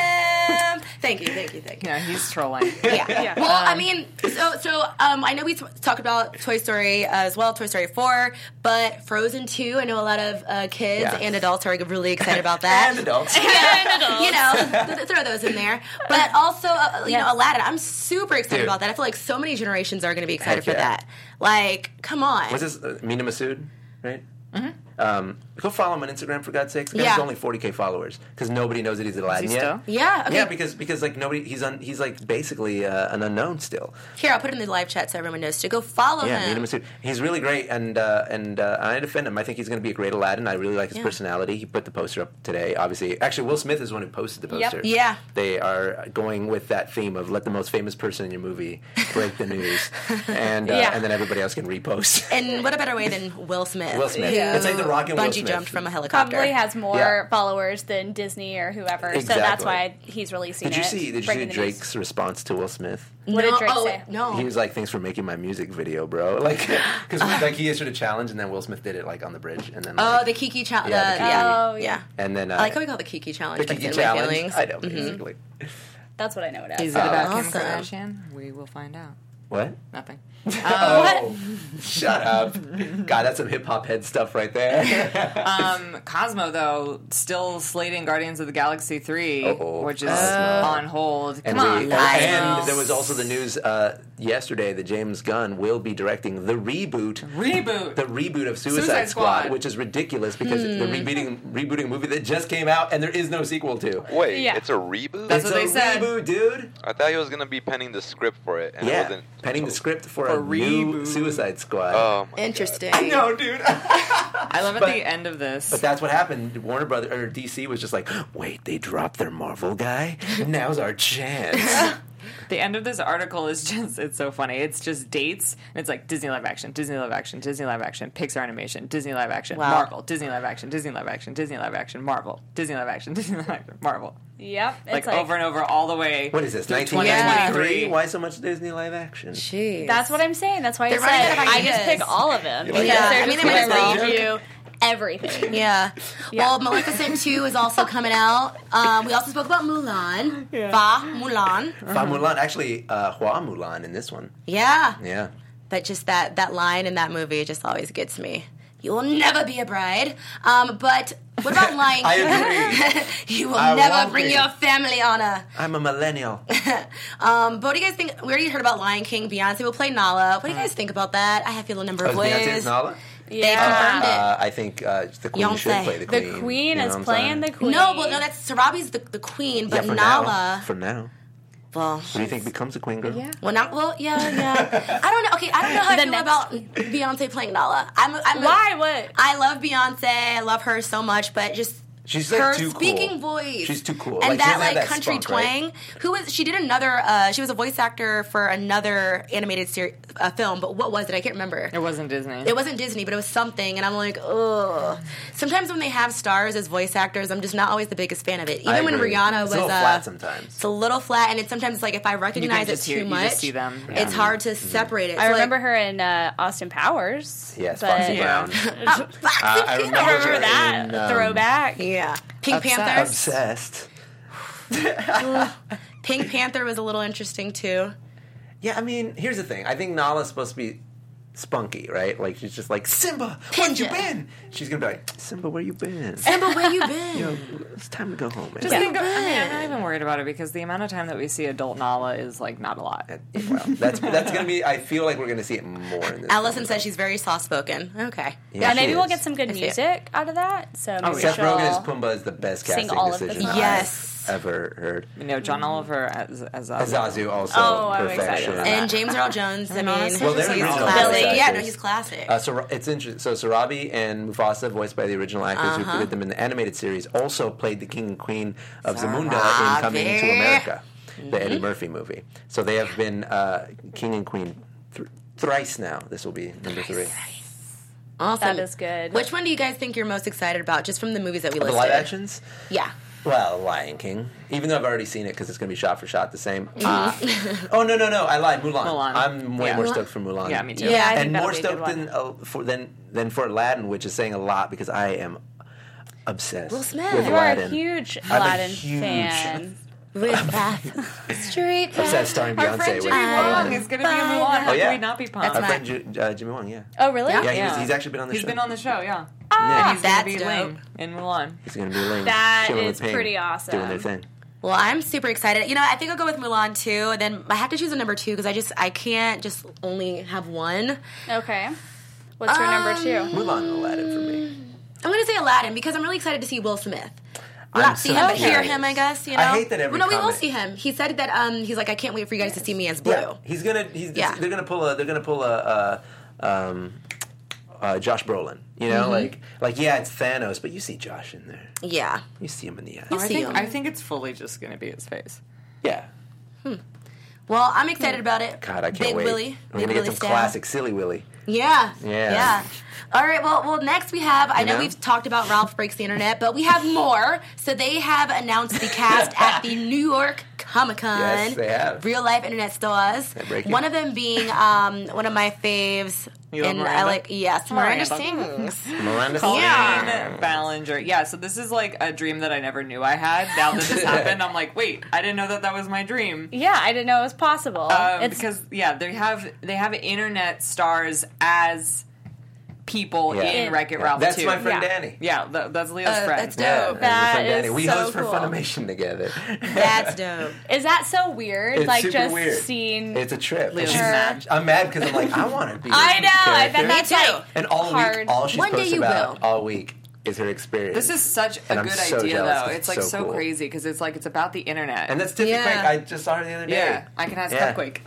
lamp. Thank you, thank you, thank you.
Yeah, he's trolling.
Yeah. Well,
Um,
I mean, so so um, I know we t- talked about Toy Story uh, as well, Toy Story four, but Frozen two. I know a lot of uh, kids
Yeah.
and adults are really excited about that.
And adults.
you know, th- th- throw those in there. But also, uh, you know, Aladdin. I'm super excited
Dude.
about that. I feel like so many generations are going to be excited
Heck
for
yeah.
that. Like, come on.
What's this? Uh, Mina Masood, right? Mm-hmm. Um, go follow him on Instagram for God's sakes. The
Yeah.
guy's only 40k followers because nobody knows that he's Aladdin
he
yet.
still?
yeah. Okay.
Yeah, because because like nobody he's un, he's like basically uh, an unknown still.
Here, I'll put it in the live chat so everyone knows to go follow
Yeah,
him.
Mina Masood. He's really great, and uh, and uh, I defend him. I think he's going to be a great Aladdin. I really like his
Yeah.
personality. He put the poster up today. Obviously, actually, Will Smith is the one who posted the
Yep.
poster.
Yeah.
they are going with that theme of let the most famous person in your movie break the news, and uh,
Yeah.
and then everybody else can repost.
And what a better way than Will Smith?
Will Smith.
who
It's like The Rock and Will
bungee
Smith.
jumped from a helicopter.
Probably has more
Yeah.
followers than Disney or whoever, so that's
Exactly.
why he's releasing
did you
it.
see? Did you see
breaking the news.
Drake's response to Will Smith?
What
no,
did Drake
oh,
say?
No.
He was like, "Thanks for making my music video, bro." Like, because like he issued a challenge, and then Will Smith did it like on the bridge, and then like,
oh, the Kiki challenge.
Yeah, the Kiki.
Yeah.
Oh, yeah.
and then uh,
I like how we call it the Kiki challenge.
the
but
Kiki
it's in my
challenge.
feelings. Mm-hmm.
I know basically
That's what I know it as.
Is it about
Awesome.
Kim Kardashian? We will find out.
what.
Nothing.
Oh, shut up! God, that's some hip hop head stuff right there.
Um, Cosmo though still slating Guardians of the Galaxy 3
Uh-oh,
which is
Cosmo.
on hold.
And,
Come on,
we-
Cosmo.
and there was also the news uh, yesterday that James Gunn will be directing the reboot
reboot.
the reboot of Suicide,
Suicide
Squad,
Squad. Hmm.
which is ridiculous because it's the rebooting rebooting a movie that just came out and there is no sequel to.
Wait,
Yeah.
it's a reboot?
That's
it's
what
a
they said.
reboot, dude.
I thought he was gonna be penning the script for it, and it
Yeah,
wasn't.
penning the script for,
For
a new
reboot.
Suicide Squad.
Oh my
Interesting.
I know, dude.
I love at
But-
the end of this.
But that's what happened. Warner Brothers or DC was just like, wait, they dropped their Marvel guy. Now's our chance.
the end of this article is just it's so funny. It's just dates and it's like Disney live action, Disney live action, Disney live action, Pixar animation, Disney live action,
Wow.
Marvel, Disney live action, Disney live action, Disney live action, Marvel, Disney live action, Disney live action, Marvel.
Yep. It's
Like, over and over all the way.
what is this?
through
1923? Why so much Disney live action?
Jeez.
That's what I'm saying. That's why I
They're running
said
out of
I just
ideas.
pick all of them
like
because
that?
they're
I mean,
just
they
going
might as
to
well.
read you everything.
Yeah. Well, Maleficent 2 is also coming out. Um, we also spoke about Mulan. Yeah. Ba Mulan.
Fa Mulan, actually, uh, Hua Mulan in this one.
Uh-huh. Yeah.
Yeah.
But just that, that line in that movie just always gets me. You will never be a bride. Um, but what about Lion
I
King?
agree.
You will
I
never
won't
bring
be.
your family honor.
I'm a millennial.
Um, but what do you guys think? We already heard about Lion King. Beyonce will play Nala. What do you guys think about that? I have a number
Was
of ways.
Beyonce's Nala?
They confirmed it.
Uh, I think uh, the queen
Beyonce.
should play the
The
queen.
queen,
You know
is
what I'm
playing
saying?
the queen.
No, well, no, that's Sarabi's the, the queen,
Yeah,
but
for
Nala.
now. For now.
well,
Who do you think becomes the queen girl? Yeah.
well, not well. Yeah, yeah. I don't know. Okay, I don't know how I
The
feel
next-
about Beyonce playing Nala. I'm. I'm
why? What?
I love Beyonce. I love her so much, but just
She's like
her
too
speaking
cool.
voice.
She's too cool.
And
Like, she
that
doesn't
like
have that
country
spunk, right?
twang. Who was she did another uh, she was a voice actor for another animated series uh, film, but what was it? I can't remember.
It wasn't Disney.
It wasn't Disney, but it was something, and I'm like, ugh. Sometimes when they have stars as voice actors, I'm just not always the biggest fan of it. Even
I
when
agree.
Rihanna
It's
was
a little
uh,
flat sometimes.
It's a little flat, and it's sometimes like if I recognize it
just
too
hear- you
much,
just see them.
it's hard
Mm-hmm.
to separate it.
I
So,
remember
like,
her in uh, Austin Powers.
Yes,
but-
Foxy Brown. Uh, I remember,
I remember
her
that
in, um,
throwback.
Yeah, Pink
Obsessed.
Panther.
Obsessed.
Pink Panther was a little interesting too.
Yeah, I mean, here's the thing. I think Nala's supposed to be spunky, right? Like she's just like Simba, where you
Pinja.
been? She's gonna be like Simba, where you been?
Simba, where you been?
It's time to go home. man."
Just think of- I mean, I'm not even worried about it because the amount of time that we see adult Nala is like not a lot.
well, that's that's gonna be. I feel like we're gonna see it more in this.
Allison
film.
says she's very soft spoken. Okay.
Yeah,
Yeah,
she
maybe we'll
is.
get some good
see it.
music out of that. So maybe
Oh, Seth
she'll-
Rogen as Pumbaa is the best
Sing
casting
all of the
decision
songs.
I've
Yes.
ever heard.
You know, John Oliver as as uh,
Zazu also
Oh, I'm excited
perfection.
about
And James Earl Jones, I mean,
honestly,
Well, they're
he's
original
classic.
voice
Yeah, no,
actors.
he's classic.
Uh, so it's interesting. So Sarabi and Mufasa, voiced by the original actors
Uh-huh.
who did them in the animated series, also played the king and queen of Zamunda in Coming to
Sarabi.
America, the
Mm-hmm.
Eddie Murphy movie. So they have been uh, king and queen thr thrice now. This will be number three.
awesome.
That is good.
Which one do you guys think you're most excited about, just from the movies that we
The
listed?
live actions.
Yeah.
Well, Lion King. Even though I've already seen it because it's going to be shot for shot the same. Uh, oh no, no, no! I lied. Mulan.
Mulan.
I'm way
Yeah.
more stoked for Mulan.
Yeah, me too.
Yeah, I think
and
that'll
more
be a good
stoked
one.
than uh, for than than for Aladdin, which is saying a lot because I am obsessed
Will Smith.
with
You
you are a
Aladdin.
huge
I'm a
Aladdin
huge-
fan.
With that street.
obsessed starring
Our
Beyonce
friend
with
Jimmy Wong
Aladdin.
is going to Oh, be in Mulan. How
Oh, yeah.
could we not be pumped?
Our
my-
friend Ju- uh, Jimmy Wong. Yeah,
Oh, really?
yeah. He was,
Yeah.
he's actually been on the
He's
show.
been on the show, yeah.
Yeah,
He's gonna
That's
be
dope.
Ling in Mulan.
he's going to be lame.
That
chilling
is
with Pink,
pretty awesome.
Doing their thing.
Well, I'm super excited. You know, I think I'll go with Mulan too, and then I have to choose a number two because I just I can't just only have one.
Okay. What's your number two?
Mulan and Aladdin for me.
I'm gonna say Aladdin because I'm really excited to see Will Smith.
I'm
We'll not see
so
him, but hear
curious.
him. I guess you know.
I hate that every
Well, no, we will
comment-
see him. He said that um, he's like, I can't wait for you guys to see me as Blue.
Yeah, he's gonna. He's,
Yeah.
They're gonna pull a. They're gonna pull a. Uh, um, uh, Josh Brolin. You know, like like yeah, it's Thanos, but you see Josh in there.
Yeah.
You see him in the eye.
I
See
think,
him.
I think it's fully just going to be his face.
Yeah.
Well, I'm excited about it.
God, I can't
Big
wait.
Willie. Big
We're gonna get
Willie
some
style.
classic silly Willy.
Yeah.
Yeah.
Yeah. All right. Well, well. Next, we have. I know,
know?
we've talked about Ralph breaks the internet, but we have more. So they have announced the cast at the New York Comic Con.
Yes, they have.
Real life internet stores.
break it.
One of them being um, one of my faves.
You love
and I
Miranda?
like yes, Miranda
Miranda.
sings.
Miranda.
Colleen Oh, Ballinger. Yeah, so this is like a dream that I never knew I had. Now that this happened, I'm like, wait, I didn't know that that was my dream.
Yeah, I didn't know it was possible.
Um,
it's
because yeah, they have they have internet stars as people
Yeah.
in
In-
Wreck It Ralph.
That's
too.
my friend
Yeah.
Danny.
Yeah, tha- that's Leo's
Uh,
friend.
that's dope.
Yeah, that's my
That
friend
is
Danny. We
so
host for
cool.
Funimation together.
That's dope.
Is that so weird?
It's
like
super
just
weird.
seeing.
It's a trip.
Leo's
She's-
mad.
I'm mad because I'm like, I want to be.
I
this
know. I bet
character.
that's
Me too.
like
And all
hard.
week, all she's
One day
posted
you
about
will.
all week is her experience.
This is such a
And I'm
good
so
idea,
jealous 'cause
though.
it's
It's like
so
so,
cool.
crazy because it's like it's about the internet.
and that's Tiffany
Yeah.
Craig. I just saw her the other day.
yeah, I can ask
Yeah.
Cupquake.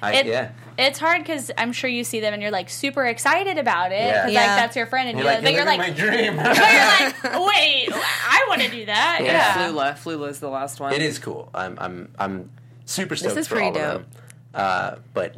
I,
It-
yeah.
It's hard because I'm sure you see them and you're like super excited about it.
Yeah.
'cause,
Yeah.
like that's your friend, and
You're
you're,
like,
but
you're
you're like,
living my dream.
but you're like, wait, I want to do that.
Yeah.
Yeah.
Flula, Flula is the last one.
It is cool. I'm I'm I'm super stoked
is
for
pretty
all of
dope.
them. Uh, but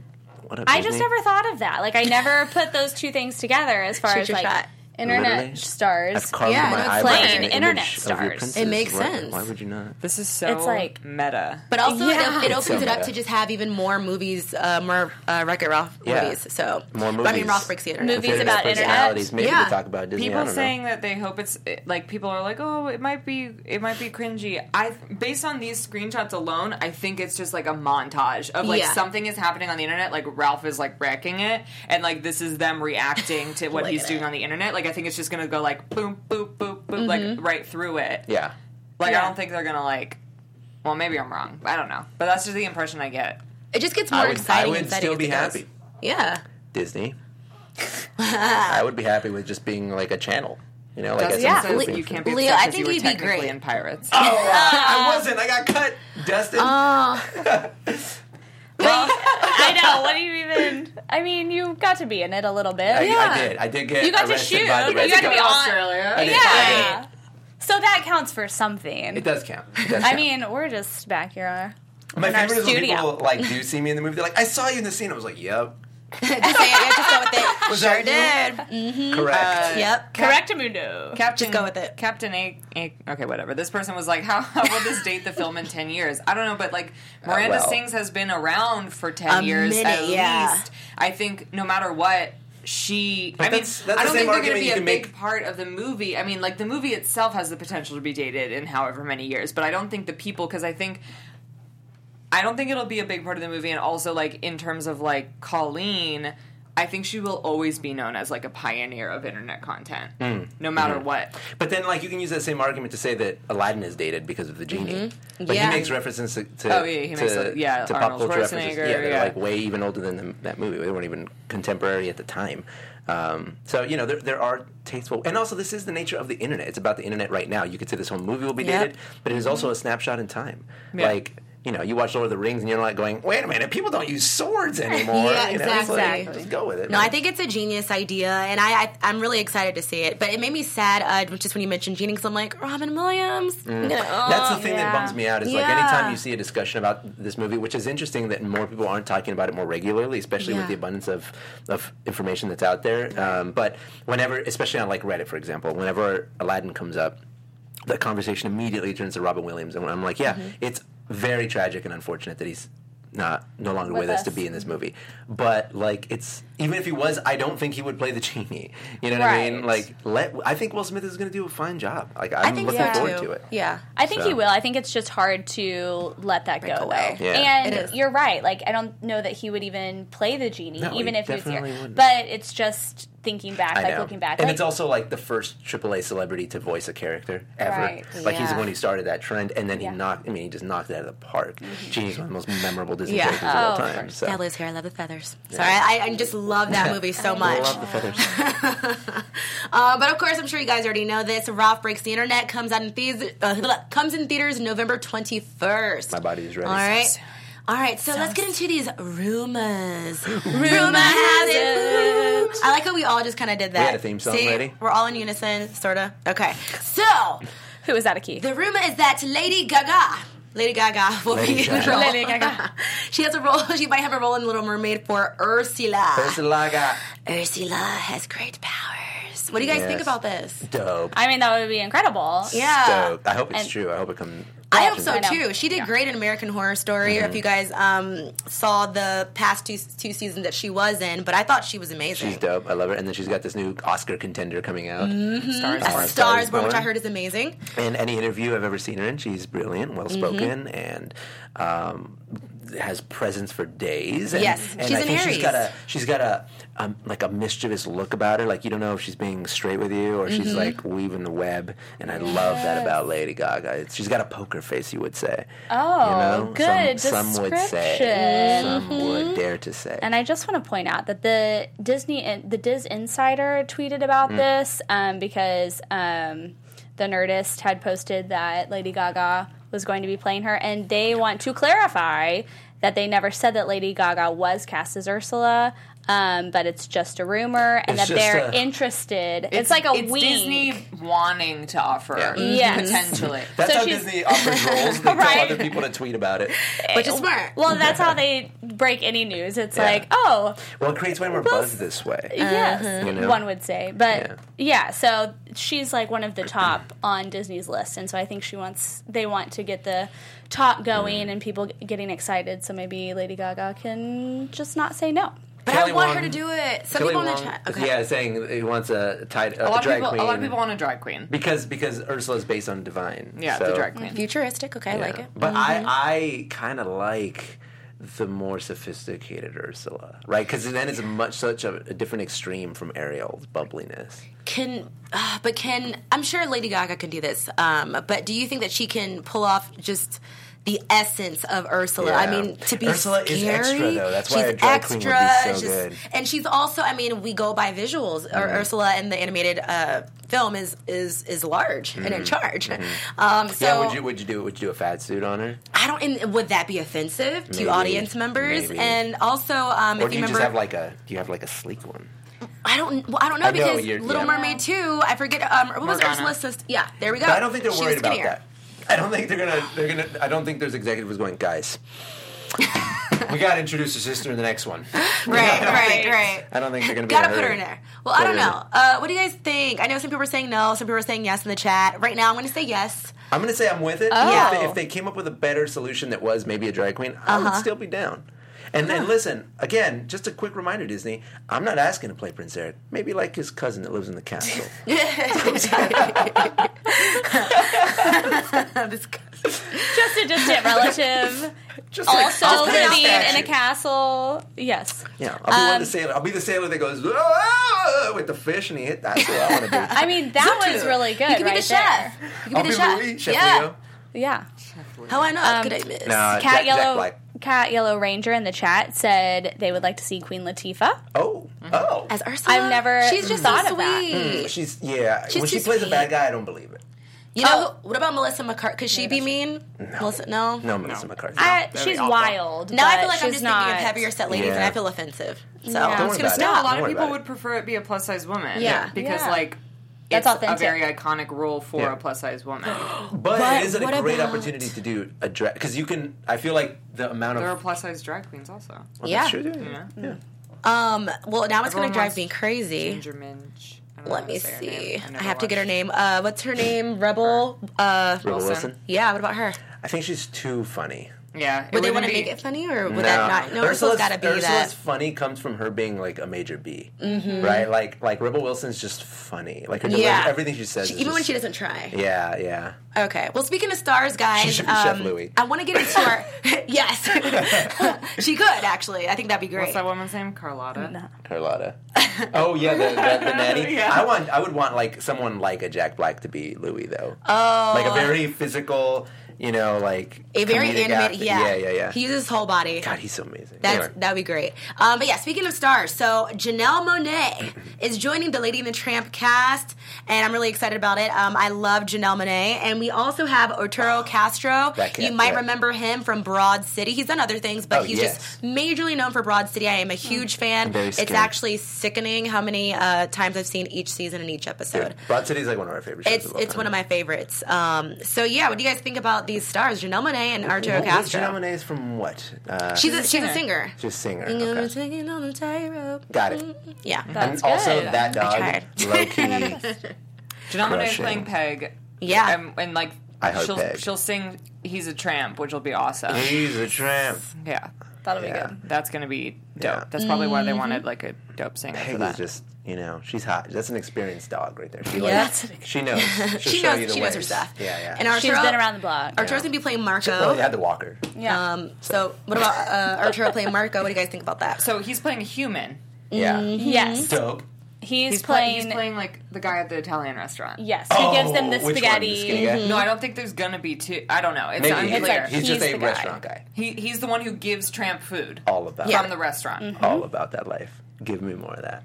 what up,
I
Disney?
just never thought of that. Like I never put those two things together as far
Shoot
as
your
like
shot.
internet
Literally. I've
stars.
carved
Yeah,
my
no, it's
eyebrows
plain
an image
internet
of your
stars. It
princess.
makes
Why-
sense.
Why would you not?
This is so
It's like-
meta.
But also,
Yeah.
it, it
It's
opens
so
it up
bad.
to just have even more movies, uh, more uh, Wreck-It Ralph
Yeah.
movies. So
More
But I mean,
movies.
Ralph breaks the internet.
Movies
Considering
about
their
internet.
personalities, Maybe
Yeah.
we talk about Disney. I
people
don't
saying that they hope it's like people are like, oh, it might be, it might be cringy. I based on these screenshots alone, I think it's just like a montage of like
Yeah.
something is happening on the internet, like Ralph is like wrecking it, and like this is them reacting to what
Look
he's
at
doing
it.
on the internet. Like I think it's just gonna go like boom, boop, boop, boop,
Mm-hmm.
like right through it.
know. Yeah.
Like I
Yeah.
don't think they're gonna like. Well, maybe I'm wrong. I don't know, but that's just the impression I get.
It just gets more
I would, I
exciting. and
would
exciting
still
as
be
it goes.
happy.
Yeah.
Disney. I would be happy with just being like a channel. You know, like
That's
as
yeah,
a movie
you can't be
Leo,
upset
I
'cause
think
you were
you'd be
technically
great.
in Pirates.
Oh, I wasn't. I got cut. Dustin.
I know. What do you even? I mean, you got to be in it a little bit.
Uh, I,
yeah.
I did. I did get
You got to
arrested
shoot.
by the
You got to
Redskins.
be on.
Australia.
I did. I
Yeah.
did.
So So that counts for something.
It does count. It does
I
count.
mean, we're just back here.
my
in our
favorite is when
studio.
people like do see me in the movie. They're like, "I saw you in the scene." I was like, "Yep,
just say it. Yeah, just go with it.
Was
sure
that
did.
Mm-hmm.
Uh,
correct."
Yep.
Correct, Mundo.
Captain,
Just go with it.
Captain A, A- Okay, whatever. This person was like, "How, how will this date the film in ten years?" I don't know, but like Miranda
well.
Sings has been around for ten
Uh, A
years
minute,
at
yeah.
least. I think no matter what. She, I mean,
that's- that's
I
the same
don't think they're going
argument
to be
you
a
can
big
make-
part of the movie. I mean, like the movie itself has the potential to be dated in however many years, but I don't think the people because I think I don't think it'll be a big part of the movie. And also, like in terms of like Colleen, I think she will always be known as like a pioneer of internet content,
Hmm.
no matter what.
But then, like, you can use that same argument to say that Aladdin is dated because of the genie. Like,
Yeah.
he makes references to, to
Mm-hmm. Oh, yeah, he
to,
makes a- yeah,
to pop
Arnold
culture references.
Schwarzenegger,
Yeah, they're
yeah.
like way even older than the, that movie. They weren't even contemporary at the time. Um, so you know, there there are tasteful, and also this is the nature of the internet. It's about the internet right now. You could say this whole movie will be
Yep.
dated, but it is
Mm-hmm.
also a snapshot in time. Like. You know, you watch Lord of the Rings and you're not going, wait a minute, people don't use swords anymore.
Yeah,
you know, it's like,
exactly.
just go with it.
No,
man.
I think it's a genius idea, and I, I I'm really excited to see it. But it made me sad uh, just when you mentioned Genie, because I'm like Robin Williams. No.
Mm. That's the thing that
yeah.
bums me out is like
Oh, Yeah.
anytime you see a discussion about this movie, which is interesting that more people aren't talking about it more regularly, especially
Yeah.
with the abundance of, of information that's out there. Um, but whenever, especially on like Reddit, for example, whenever Aladdin comes up, the conversation immediately turns to Robin Williams, and I'm like, yeah,
Mm-hmm.
it's very tragic and unfortunate that he's not no longer with, us.
us.
to be in this movie. But like, it's even if he was, I don't think he would play the genie. You know what I mean?
Right.
Like, let I think Will Smith is going to do a fine job. Like, I'm
I think
looking
so
forward
too.
to it.
Yeah.
I think he
So.
will. I think it's just hard to let that go
away.
away.
Yeah.
It is.
And you're right. Like I don't know that he would even play the genie,
No,
even
he
if he was here.
definitely wouldn't.
But it's just thinking back,
I
like
know.
looking back,
And
like,
it's also like the first AAA celebrity to voice a character ever.
Right,
Like he's the
yeah.
one who started that trend, and then
Yeah.
he knocked. I mean, he just knocked it out of the park. Genie's one of the most memorable Disney
Yeah.
characters of all
Oh, of
time.
course.
So.
Yeah, Liz here. I love the feathers. Sorry, I, I just love that movie so
I
much.
love the feathers.
Uh, but of course, I'm sure you guys already know this. Ralph Breaks the Internet comes out in theaters uh, comes in theaters November 21st.
My body is ready.
All right. All right, so let's get into these rumors. Rumor has it. I like how we all just kind of did that.
had a theme song
See?
ready.
We're all in unison, sort of. Okay, so
who is that a key?
the rumor is that Lady Gaga, Lady Gaga will
Lady
be in
Gaga.
the role.
Lady Gaga.
She has a role. She might have a role in Little Mermaid for Ursula.
Ursulaga.
Ursula has great powers. What do you guys
Yes.
think about this?
Dope.
I mean, that would be incredible.
Yeah.
Dope. I hope it's
And-
true. I hope it comes.
I hope so
I know.
too. She did great in American Horror Story.
Mm-hmm.
If you guys um, saw the past two two seasons that she was in, but I thought she was amazing.
She's dope. I love her. And then she's got this new Oscar contender coming out.
Stars.
Star
Stars,
is
Born, which I
Born.
heard is amazing.
in any interview I've ever seen her in. She's brilliant, well spoken, and um, has presence for days. And,
Yes,
and
she's
I
an
think
Aries.
she's got a she's got a um, like a mischievous look about her. Like you don't know if she's being straight with you or she's like weaving the web. And I love that about Lady Gaga. It's, she's got a poker face, you would say.
Oh, good
Some, some would say.
description.
Some would dare to say.
And I just want to point out that the Disney, the Diz Insider tweeted
Mm.
about this um, because um, the Nerdist had posted that Lady Gaga was going to be playing her, and they want to clarify that they never said that Lady Gaga was cast as Ursula. Um, but it's just a rumor, and
It's
that
just
they're
a-
interested. It's, like a
it's
wink.
Disney wanting to offer
Yes.
potentially.
That's
so
how
she's-
Disney offers roles. They
Right.
tell other people to tweet about it.
Which is smart.
Well, that's how they break any news. It's
Yeah.
like, oh,
Well, it creates way more buzz this way.
Mm-hmm.
Yes,
You know?
one would say. But
Yeah.
yeah. so she's like one of the top on Disney's list, and so I think she wants they want to get the talk going and people g- getting excited. So maybe Lady Gaga can just not say no.
But I
Kelly
want her
Wong-
to do it. Some
Kelly
people in the
Wong-
chat. Okay.
Yeah, saying he wants a, tied, a,
A lot of
drag
people,
queen.
a lot of people want a drag queen.
because because Ursula is based on divine.
Yeah,
so-
the drag queen.
Futuristic. Okay, I
yeah.
Mm, like it. Mm-hmm.
But I I kind of like the more sophisticated Ursula, right? Because then it's much such a, a different extreme from Ariel's bubbliness.
Can, uh, but can I'm sure Lady Gaga can do this. Um, but do you think that she can pull off just the essence of Ursula? I
Yeah.
mean, to be
Ursula
scary,
is extra, though. That's why
she's
a drag queen would be
extra,
so
she's-
good. Mm-hmm.
And she's also, I mean, we go by visuals. Or Ursula in the animated uh, film is is is large and in charge. Um, so
Mm-hmm. yeah, would you would you do would you do a fat suit on her,
I don't. And would that be offensive to
Maybe.
audience members?
Maybe.
And also, um,
or
if
do
you
you
remember, Oh,
just have like a do you have like a sleek one?
I don't. Well, I don't know
I know,
because
you're-
Little
yeah.
Mermaid two. I forget. Um, what was
Morgana.
Ursula's sister? Yeah, there we go.
But I don't think they're
She was
worried about
skinnier.
that. I don't think they're gonna. They're gonna. I don't think there's executives going, guys. we gotta introduce her sister in the next one.
Right, right, right.
I don't think they're gonna be
Gotta
in a
put her
hurry.
in there. Well, I
Put
don't
her in
know. Uh, what do you guys think? I know some people are saying no, some people are saying yes in the chat. Right now, I'm going to say yes.
I'm gonna say I'm with it.
Oh.
If, they, if they came up with a better solution that was maybe a drag queen, I
Uh-huh.
would still be down. And then listen again. Just a quick reminder, Disney. I'm not asking to play Prince Eric. Maybe like his cousin that lives in the castle.
This-
Just a distant relative.
Just
also
I'll put it out
living
there.
in a castle. Yes.
Yeah, I'll be
Um,
one the sailor. I'll be the sailor that goes "Ah," with the fish and he hit. That's what I want to be.
I mean, that
Zutu.
was really good.
You can
right
be the chef.
there.
You can
I'll be
be the chef.
Louis, Chef
yeah.
Leo.
Yeah.
How I know?
Um,
Good I miss.
No,
Cat
Uh, Jack- Jack
Yellow
Black.
Cat Yellow Ranger in the chat said they would like to see Queen Latifah.
Oh, oh. Hmm,
As Ursula,
I've never
She's just
thought
so
of that.
sweet.
she's yeah.
She's
when she
too
plays
sweet.
a bad guy, I don't believe it.
You know,
Oh.
what about Melissa McCarthy? Could she be mean? Melissa, no.
No, Melissa McCarthy.
I,
that'd be
she's
awful.
wild.
Now I feel
but
like I'm
she's
just
not.
thinking of heavier set ladies, and
Yeah.
I feel offensive. So
Yeah.
I'm just
Don't
worry
gonna
about it.
stop.
No, a lot
Don't
of
worry
people
about
would prefer it be a plus size woman.
Yeah.
Because,
Yeah.
like,
That's
it's a
authentic.
very iconic role for
Yeah.
a plus size woman.
but, it is a
what
great
about-
opportunity to do a drag because you can. I feel like the amount
there are
of
plus size drag queens also.
Yeah.
Sure, yeah. yeah.
Um. Well, now it's gonna
Everyone
drive
wants
me crazy.
Ginger Minge. I don't know
Let
how
me
to say her
see.
name.
I have to
never
get her
watched.
name. Uh, what's her name? Rebel. Uh,
Rebel Wilson.
yeah. What about her?
I think she's too funny.
Yeah. it
Would they want
wouldn't
to
be-
make it funny, or would that not? No,
Ursula's-
Ursula's got to be
Ursula's
that.
funny comes from her being like a major B, right? Like like Rebel Wilson's just funny. Like her
Mm-hmm. Yeah.
everything she says,
She-
is
even when
just-
she doesn't try.
Yeah, yeah.
Okay. Well, speaking of stars,
She
guys,
should be Chef
um,
Louis.
I want to get into our. yes, she could actually. I think that'd be great.
What's that woman's name? Carlotta.
Carlotta. oh yeah, the, the, the nanny.
Yeah.
I want. I would want like someone like a Jack Black to be Louis though. Oh, like a very physical, you know, like
A very
comedic
animated.
actor.
Yeah.
yeah, yeah, yeah.
He uses his whole body.
God, he's so amazing.
That's,
Anyway.
That'd be great. Um, but yeah, speaking of stars, so Janelle Monet is joining the Lady and the Tramp cast, and I'm really excited about it. Um, I love Janelle Monet. And we also have Arturo Castro.
That cat,
You might
yeah.
remember him from Broad City. He's done other things, but
Oh,
he's
yes. Mm.
just majorly known for Broad City. I am a huge fan.
Very
it's
scary.
actually sickening how many uh, times I've seen each season and each episode.
Broad City's like one of our favorite shows.
It's
of all
it's
time.
one of my favorites. Um, so yeah, what do you guys think about these stars, Janelle Monet and Arturo
What- what's
Castro?
Janelle Monáe is from what? Uh,
she's a, she's a singer.
just singer.
I'm
Okay.
singing on the tightrope.
Got it. Mm-hmm.
Yeah.
That's
Also,
good.
that dog,
tried.
low key.
Janelle Monáe
Crushing.
playing Peg.
yeah.
And, and like,
I heard
she'll,
Peg.
she'll sing He's a Tramp, which will be awesome.
he's a tramp.
Yeah.
That'll be
Yeah.
good.
That's going to be dope.
Yeah.
That's probably why
Mm-hmm.
they wanted like a dope singer for
Peg
that.
is just, you know, she's hot. That's an experienced dog right there. She,
Yeah.
likes- she knows. She'll
she
show
knows
you the
she knows her
ways.
stuff.
Yeah, yeah.
And Arturo,
She's been around the block.
Arturo's gonna be playing Marco.
Well, they had the walker.
yeah.
um, so what about uh, Arturo playing Marco? What do you guys think about that?
So he's playing a human.
Yeah.
yes.
Dope.
He's,
He's, playing,
playing.
he's playing like the guy at the Italian restaurant.
Yes. He gives them the
Oh, which one?
spaghetti.
skinny guy?
Mm-hmm.
No, I don't think there's gonna be two. I don't know. It's
Maybe
unclear.
he's,
like-
he's just
He's
a
the guy.
restaurant guy.
he, he's the one who gives tramp food
All about
Yeah.
from the restaurant.
Mm-hmm.
all about that life. Give me more of that.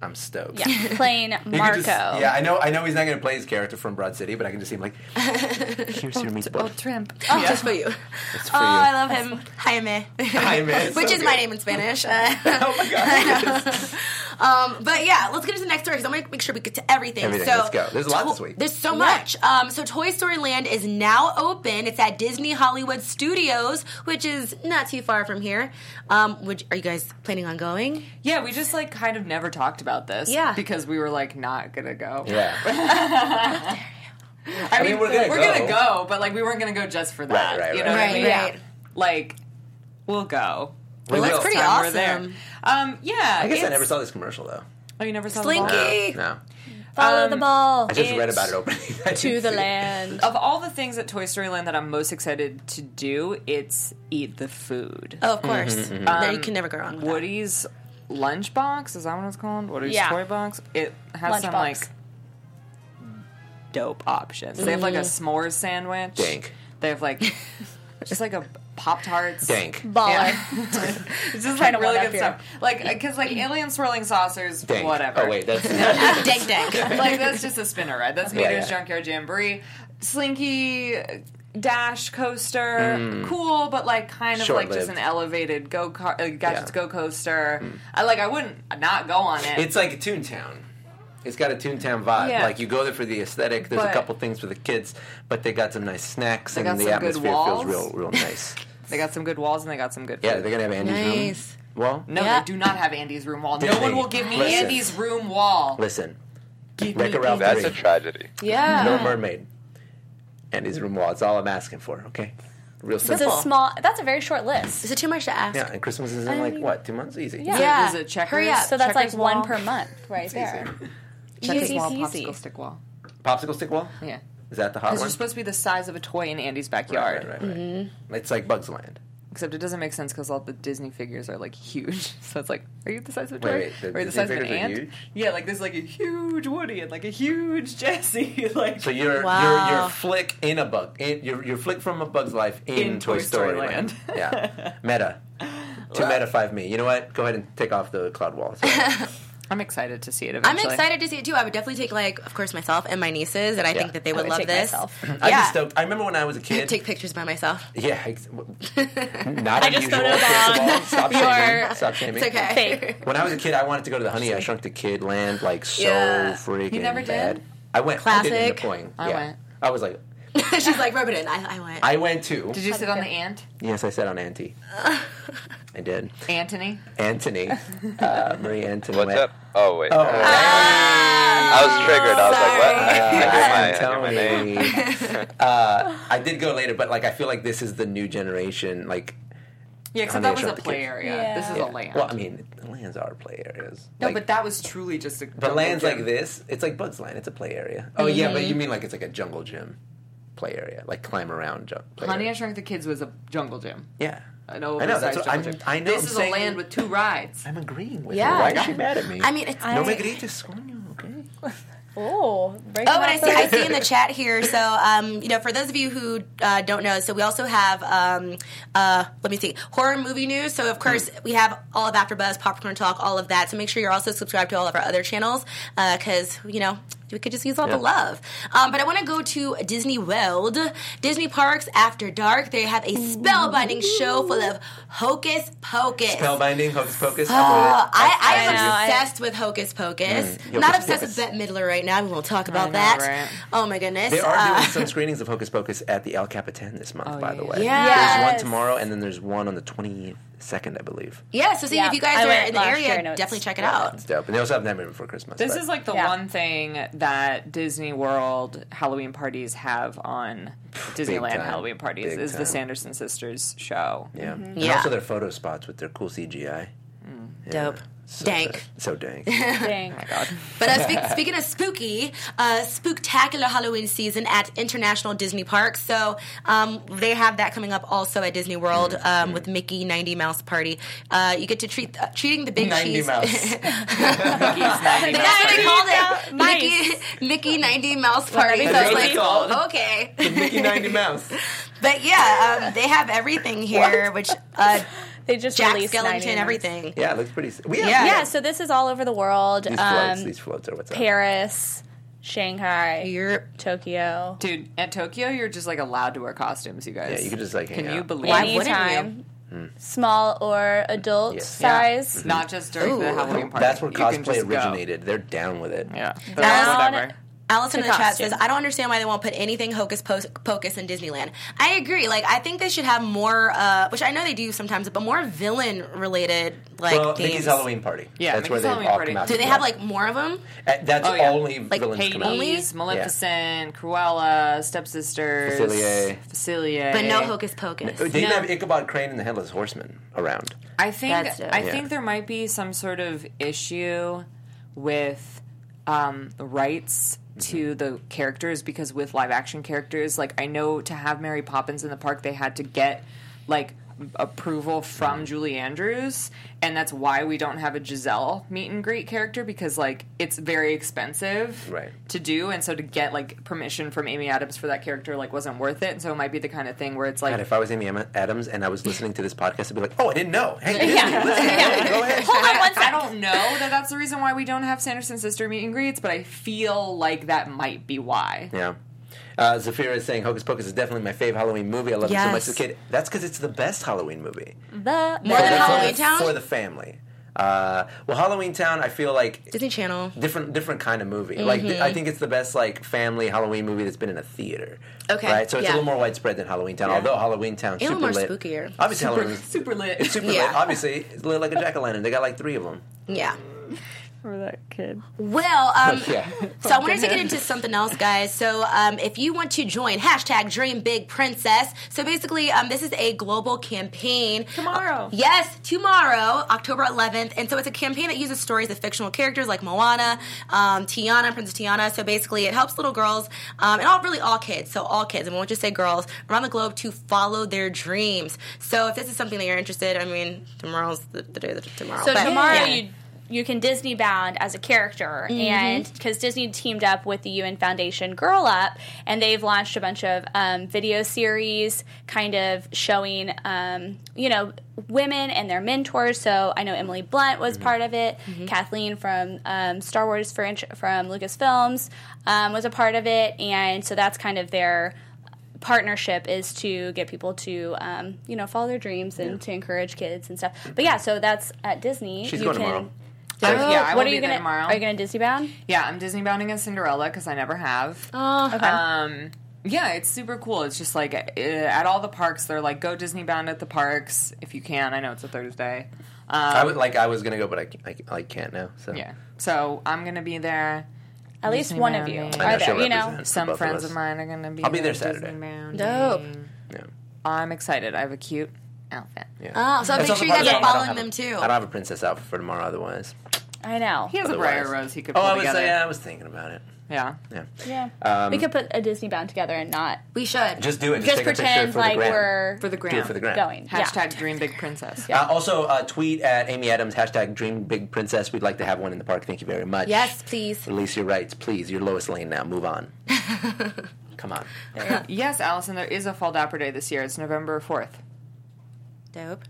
I'm stoked.
Yeah. playing
You
Marco.
could just- yeah, I know. I know he's not going to play his character from Broad City, but I can just see him like, here's your meatball.
Oh,
tramp.
Just for you.
It's for
Oh,
you.
I love him, Jaime,
Hi, man.
which
So
is my
good.
name in Spanish. Uh,
Oh my god.
But yeah, let's get into the next story because I want to make sure we get to everything.
Everything,
So,
let's go. There's a lot this
To-
week.
There's so much. Um, so Toy Story Land is now open. It's at Disney Hollywood Studios, which is not too far from here. Um, would, are you guys planning on going?
Yeah, we just like kind of never talked about this.
Yeah.
Because we were like not gonna go.
yeah.
I, mean,
mean, we're gonna
we're
go.
gonna go, but like we weren't gonna go just for that.
right,
you
right.
know what I
Right,
mean?
right.
Like, we'll go.
We
that's
will.
pretty
Time we're there.
awesome.
Um, yeah.
I guess I never saw this commercial though. Uh,
Oh, you never saw the ball?
Slinky.
No.
Follow the ball
I just read
It's
about it opening. I didn't
to the
see it.
land.
Of all the things at Toy Story Land that I'm most excited to do, it's eat the food.
Oh, of course.
Mm-hmm,
There you can never go wrong. with that.
Woody's lunchbox is that what it's called? Woody's
Yeah.
toy box. It has
Lunchbox.
some like dope options. They have like a
Mm.
s'mores sandwich.
Dank.
They have like just like a pop tarts.
Dank.
Baller.
It's just
Trying
like
to
really
one
good
up
stuff. Like because like alien swirling saucers.
Dank.
Whatever.
Oh wait, that's
Dank dank.
like that's just a spinner ride. That's
Yeah,
Peter's
yeah.
Junkyard Jamboree. Slinky, dash coaster, cool, but like kind of like just
Mm. Short-lived.
an elevated go car, uh, gadgets
Yeah. Mm.
go coaster. I like I wouldn't not go on it.
It's like a Toontown. It's got a Toontown vibe.
Yeah.
Like you go there for the aesthetic. There's a
But-
couple things for the kids, but they got some nice snacks
got
and
some
the
good
atmosphere feels
walls.
real, real nice.
they got some good walls and they got some good.
yeah,
food.
they're gonna have Andy's
Nice.
room. Well,
No,
Yeah.
they do not have Andy's room wall. No
Disney.
one will give me
Listen.
Andy's room wall.
listen, Wreck-It Ralph
That's a
three,
tragedy.
Yeah.
No Mermaid, Andy's room wall. It's all I'm asking for. Okay, real
It's
simple.
a small. That's a very short list.
Is it too much to ask?
Yeah, and Christmas is in like what two months? Easy.
Yeah.
Yeah.
Is it checkers?
Hurry up.
So that's like
Checkers
one
wall.
per month, right there.
Checkers
Easy
wall,
peasy.
popsicle stick wall.
Popsicle stick wall.
Yeah.
Is that the hot
Because
one?
you're supposed to be the size of a toy in Andy's backyard.
right, right, right. It's like Bugs Land.
Except it doesn't make sense because all the Disney figures are like huge. So it's like, are you the size of a
Wait,
toy?
wait, the
Or are
Disney
you the size of an
figures are
ant?
huge?
Yeah, like there's like a huge Woody and like a huge Jesse. like
So you're you're,
Wow.
you're flick in a bug. In, you're, you're flick from a Bug's Life in,
In
Toy,
Toy
Story,
Story
Land.
Land.
yeah, meta. To meta five me. You know what? Go ahead and take off the cloud wall. So-
I'm excited to see it
I'm
eventually.
excited to see it too. I would definitely take like, of course, myself and my nieces, and I think that they would,
would
love
take
this.
myself.
yeah,
I'm just stoked. I remember when I was a kid.
take pictures by myself.
yeah, ex- w- not
just
unusual.
thought
first of
about
all. Stop shaming. Stop shaming.
It's okay.
Fake.
When I was a kid, I wanted to go to the Honey I Shrunk the Kid Land like so
Yeah.
freaking
You never did?
bad. I went. I did in
Classic.
the point.
I
yeah.
went.
I was like,
She's like, rub it in. I, I went.
I went too.
Did you sit on the ant?
yes, I said on Auntie. I did.
Antony?
Antony, uh, Marie Antony.
What's
went-
up? Oh wait.
Oh,
Uh, I was triggered. I was like,
Oh,
what? I, I hear my, I hear my name.
Tony. uh, I did go later, but like I feel like this is the new generation. Like,
Yeah, except
Honey, I
that was
Shrunk
a
the
play
Kids.
area.
Yeah.
This is
yeah.
a land.
well, I mean, the lands are play areas.
no,
Like,
but that was truly just a.
but
jungle
lands
gym.
like
Mm-hmm.
this, it's like Bugs Land. It's a play area. Oh yeah, but you mean like it's like a jungle gym play area, like climb around jump. Play
Honey, I
area.
Shrunk the Kids was a jungle gym.
yeah.
An
I know.
oversized
That's what
jungle
I'm.
gym.
I know.
This
I'm
is
saying-
a land with two rides.
I'm agreeing with
Yeah.
her. Why is she mad at me?
I mean, it's.
no me grites, coño. Okay.
Oh,
Oh, and I see, I see in the chat here. So, um, you know, for those of you who uh, don't know, so we also have, um, uh, let me see, horror movie news. So, of course, we have all of AfterBuzz, Popcorn Talk, all of that. So, make sure you're also subscribed to all of our other channels because you know we could just use all the
Yeah.
love. Um, but I want to go to Disney World, Disney Parks After Dark. They have a spellbinding show full of hocus pocus.
Spellbinding, hocus pocus.
Uh, I, I am
I know, I-
obsessed with Hocus Pocus.
Mm.
I'm not
Hocus
obsessed with
Pocus.
Bette Midler right now. We won't talk about
know,
that.
right?
Oh my goodness.
They are
Uh,
doing some screenings of Hocus Pocus at the El Capitan this month, by the
Oh, yeah,
way.
yeah.
There's one
Yes.
tomorrow, and then there's one on the 22nd, I believe.
yeah, so see
Yeah,
if you guys
I
are
went
in the
last
area,
year and it's
definitely check it
really
out.
It's dope. And they also have Nightmare Before Christmas.
This
but-
is like the
Yeah.
one thing that Disney World Halloween parties have on Disneyland
time.
Halloween parties
Big
is
time.
the Sanderson sisters show.
yeah. And
Yeah.
also their photo spots with their cool CGI. Yeah.
Dope.
So
Dank.
good. So dank.
Oh
But uh, speak, speaking of spooky, uh, spooktacular Halloween season at International Disney Park. So um, they have that coming up also at Disney World
Mm-hmm.
um, with Mickey 90 Mouse Party. Uh, you get to treat uh, treating the big
90
cheese.
Mouse.
But That's what they called it. Mickey, Mickey 90 Mouse Party.
Well,
so I
that'd
was
be
like, oh,
called.
okay.
Mickey 90 Mouse.
But yeah, um, they have everything here, which uh,
They just
Jack
released
Skellington,
99.
everything.
Yeah, it looks pretty. s- We have
Yeah.
Yeah, so this is all over the world.
These floats.
Um,
These floats are what's up.
Paris, Shanghai,
Europe.
Tokyo.
Dude, at Tokyo, you're just like allowed to wear costumes, you guys.
Yeah, you could just like hang
Can you
out.
believe
Why wouldn't
Anytime, small or adult
Yes.
size.
Mm-hmm. Not just during the
Ooh.
Halloween party.
That's where
You can
cosplay
just go.
originated. They're down with it.
Yeah. But
Down-
whatever.
Allison in the chat
costume.
says, I don't understand why they won't put anything hocus pos- pocus in Disneyland. I agree. Like, I think they should have more, uh, which I know they do sometimes, but more villain related, like,
Well,
themes.
Mickey's Halloween party.
Yeah,
that's where
Mickey's
they
Halloween
all
party.
come out.
Do they have, like, more of them?
Uh, That's
Oh, yeah.
only
Like
villains come out.
Hades, Maleficent, Cruella, Stepsisters,
Facilier.
Facilier.
But
Eh.
no hocus pocus.
They didn't
No.
have Ichabod Crane and the Headless Horseman around.
I think
That's dope.
I
Yeah.
think there might be some sort of issue with um, rights
Mm-hmm.
to the characters because with live action characters, like I know to have Mary Poppins in the park, they had to get like approval
Mm-hmm.
from Julie Andrews, and that's why we don't have a Giselle meet and greet character because like it's very expensive
Right.
to do, and so to get like permission from Amy Adams for that character like wasn't worth it, and so it might be the kind of thing where it's like
And if I was Amy Am- Adams and I was listening to this podcast, I'd be like, "Oh, I didn't know." Hey, Disney,
Yeah.
listen,
Yeah.
Go ahead.
I, I don't know that that's the reason why we don't have Sanderson sister meet and greets, but I feel like that might be why.
Yeah. Uh, Zafira is saying Hocus Pocus is definitely my fave Halloween movie. I loved it so much
Yes.
as a kid. That's because it's the best Halloween movie.
The
More than
That's
Halloween
all
Town?
for the family. Uh, well, Halloween Town, I feel like
Disney Channel.
different different kind of movie. Like
Mm-hmm.
th- I think it's the best like family Halloween movie that's been in a theater.
Okay,
right. So it's
yeah.
a little more widespread than Halloween Town. Although Halloween Town
And a
super
little more
lit.
spookier.
Obviously, Halloween
Super lit.
super
Yeah.
lit. Obviously, it's lit like a jack o' lantern. They got like three of them.
Yeah.
for that kid.
Well, um,
Yeah.
so I wanted to get into something else, guys. So um, if you want to join, hashtag Dream Big Princess. So basically, um, this is a global campaign.
Oh.
Tomorrow.
Yes, tomorrow, October 11th. And so it's a campaign that uses stories of fictional characters like Moana, um, Tiana, Princess Tiana. So basically, it helps little girls um, and all really all kids. So all kids, and we won't just say girls around the globe to follow their dreams. So if this is something that you're interested, I mean, tomorrow's the, the day that tomorrow.
So
But-
tomorrow
Yeah.
you you can Disney bound as a character, and because Disney teamed up with the UN Foundation Girl Up, and they've launched a bunch of um, video series, kind of showing um, you know women and their mentors. So I know Emily Blunt
Mm-hmm.
was part of it. Kathleen from um, Star Wars for, from Lucasfilms um, was a part of it, and so that's kind of their partnership is to get people to um, you know follow their dreams and to encourage kids and stuff. But yeah, so that's at Disney.
She's going tomorrow.
I-
Oh,
yeah,
what
I will
are
be
you
there
gonna?
tomorrow.
Are you gonna Disney bound?
yeah, I'm Disney bounding as Cinderella because I never have.
Oh, okay.
Um, yeah, it's super cool. It's just like uh, at all the parks, they're like, go Disney bound at the parks if you can. I know it's a Thursday.
I would like. I was gonna go, but I, c- I c- I can't now. So
Yeah. So I'm going to be there.
at least
Disney
one of
bound,
you
yeah.
I
are
she'll
there. You know,
represent
Some
both us.
friends of, mine are going to be
I'll be there
Disney
Saturday.
bound.
Dope.
Yeah.
I'm excited. I have a cute outfit.
Yeah.
Oh, so
That's
make
also
sure you
part
guys
of
are
the problem. I don't
following
have a-
them too.
I don't have a princess outfit for tomorrow. Otherwise,
I know.
He has a
Otherwise-
Briar Rose he could
oh,
pull
I was
together.
saying, yeah, I was thinking about it.
yeah.
Yeah,
Yeah, we could put a Disney bound together and not
we should.
Um, just do it. Just,
just
take a picture
pretend
for
like
the gram.
we're
For the
do
gram.
it for the gram.
going. yeah.
Hashtag Dream Big Princess.
Uh, also, uh, tweet at Amy Adams hashtag Dream Big Princess. We'd like to have one in the park. Thank you very much.
Yes, please.
Release your rights, please. You're Lois Lane now. Move on. Come on.
Yes, Allison, there is a Fall Dapper Day this year. It's November 4th.
Dope.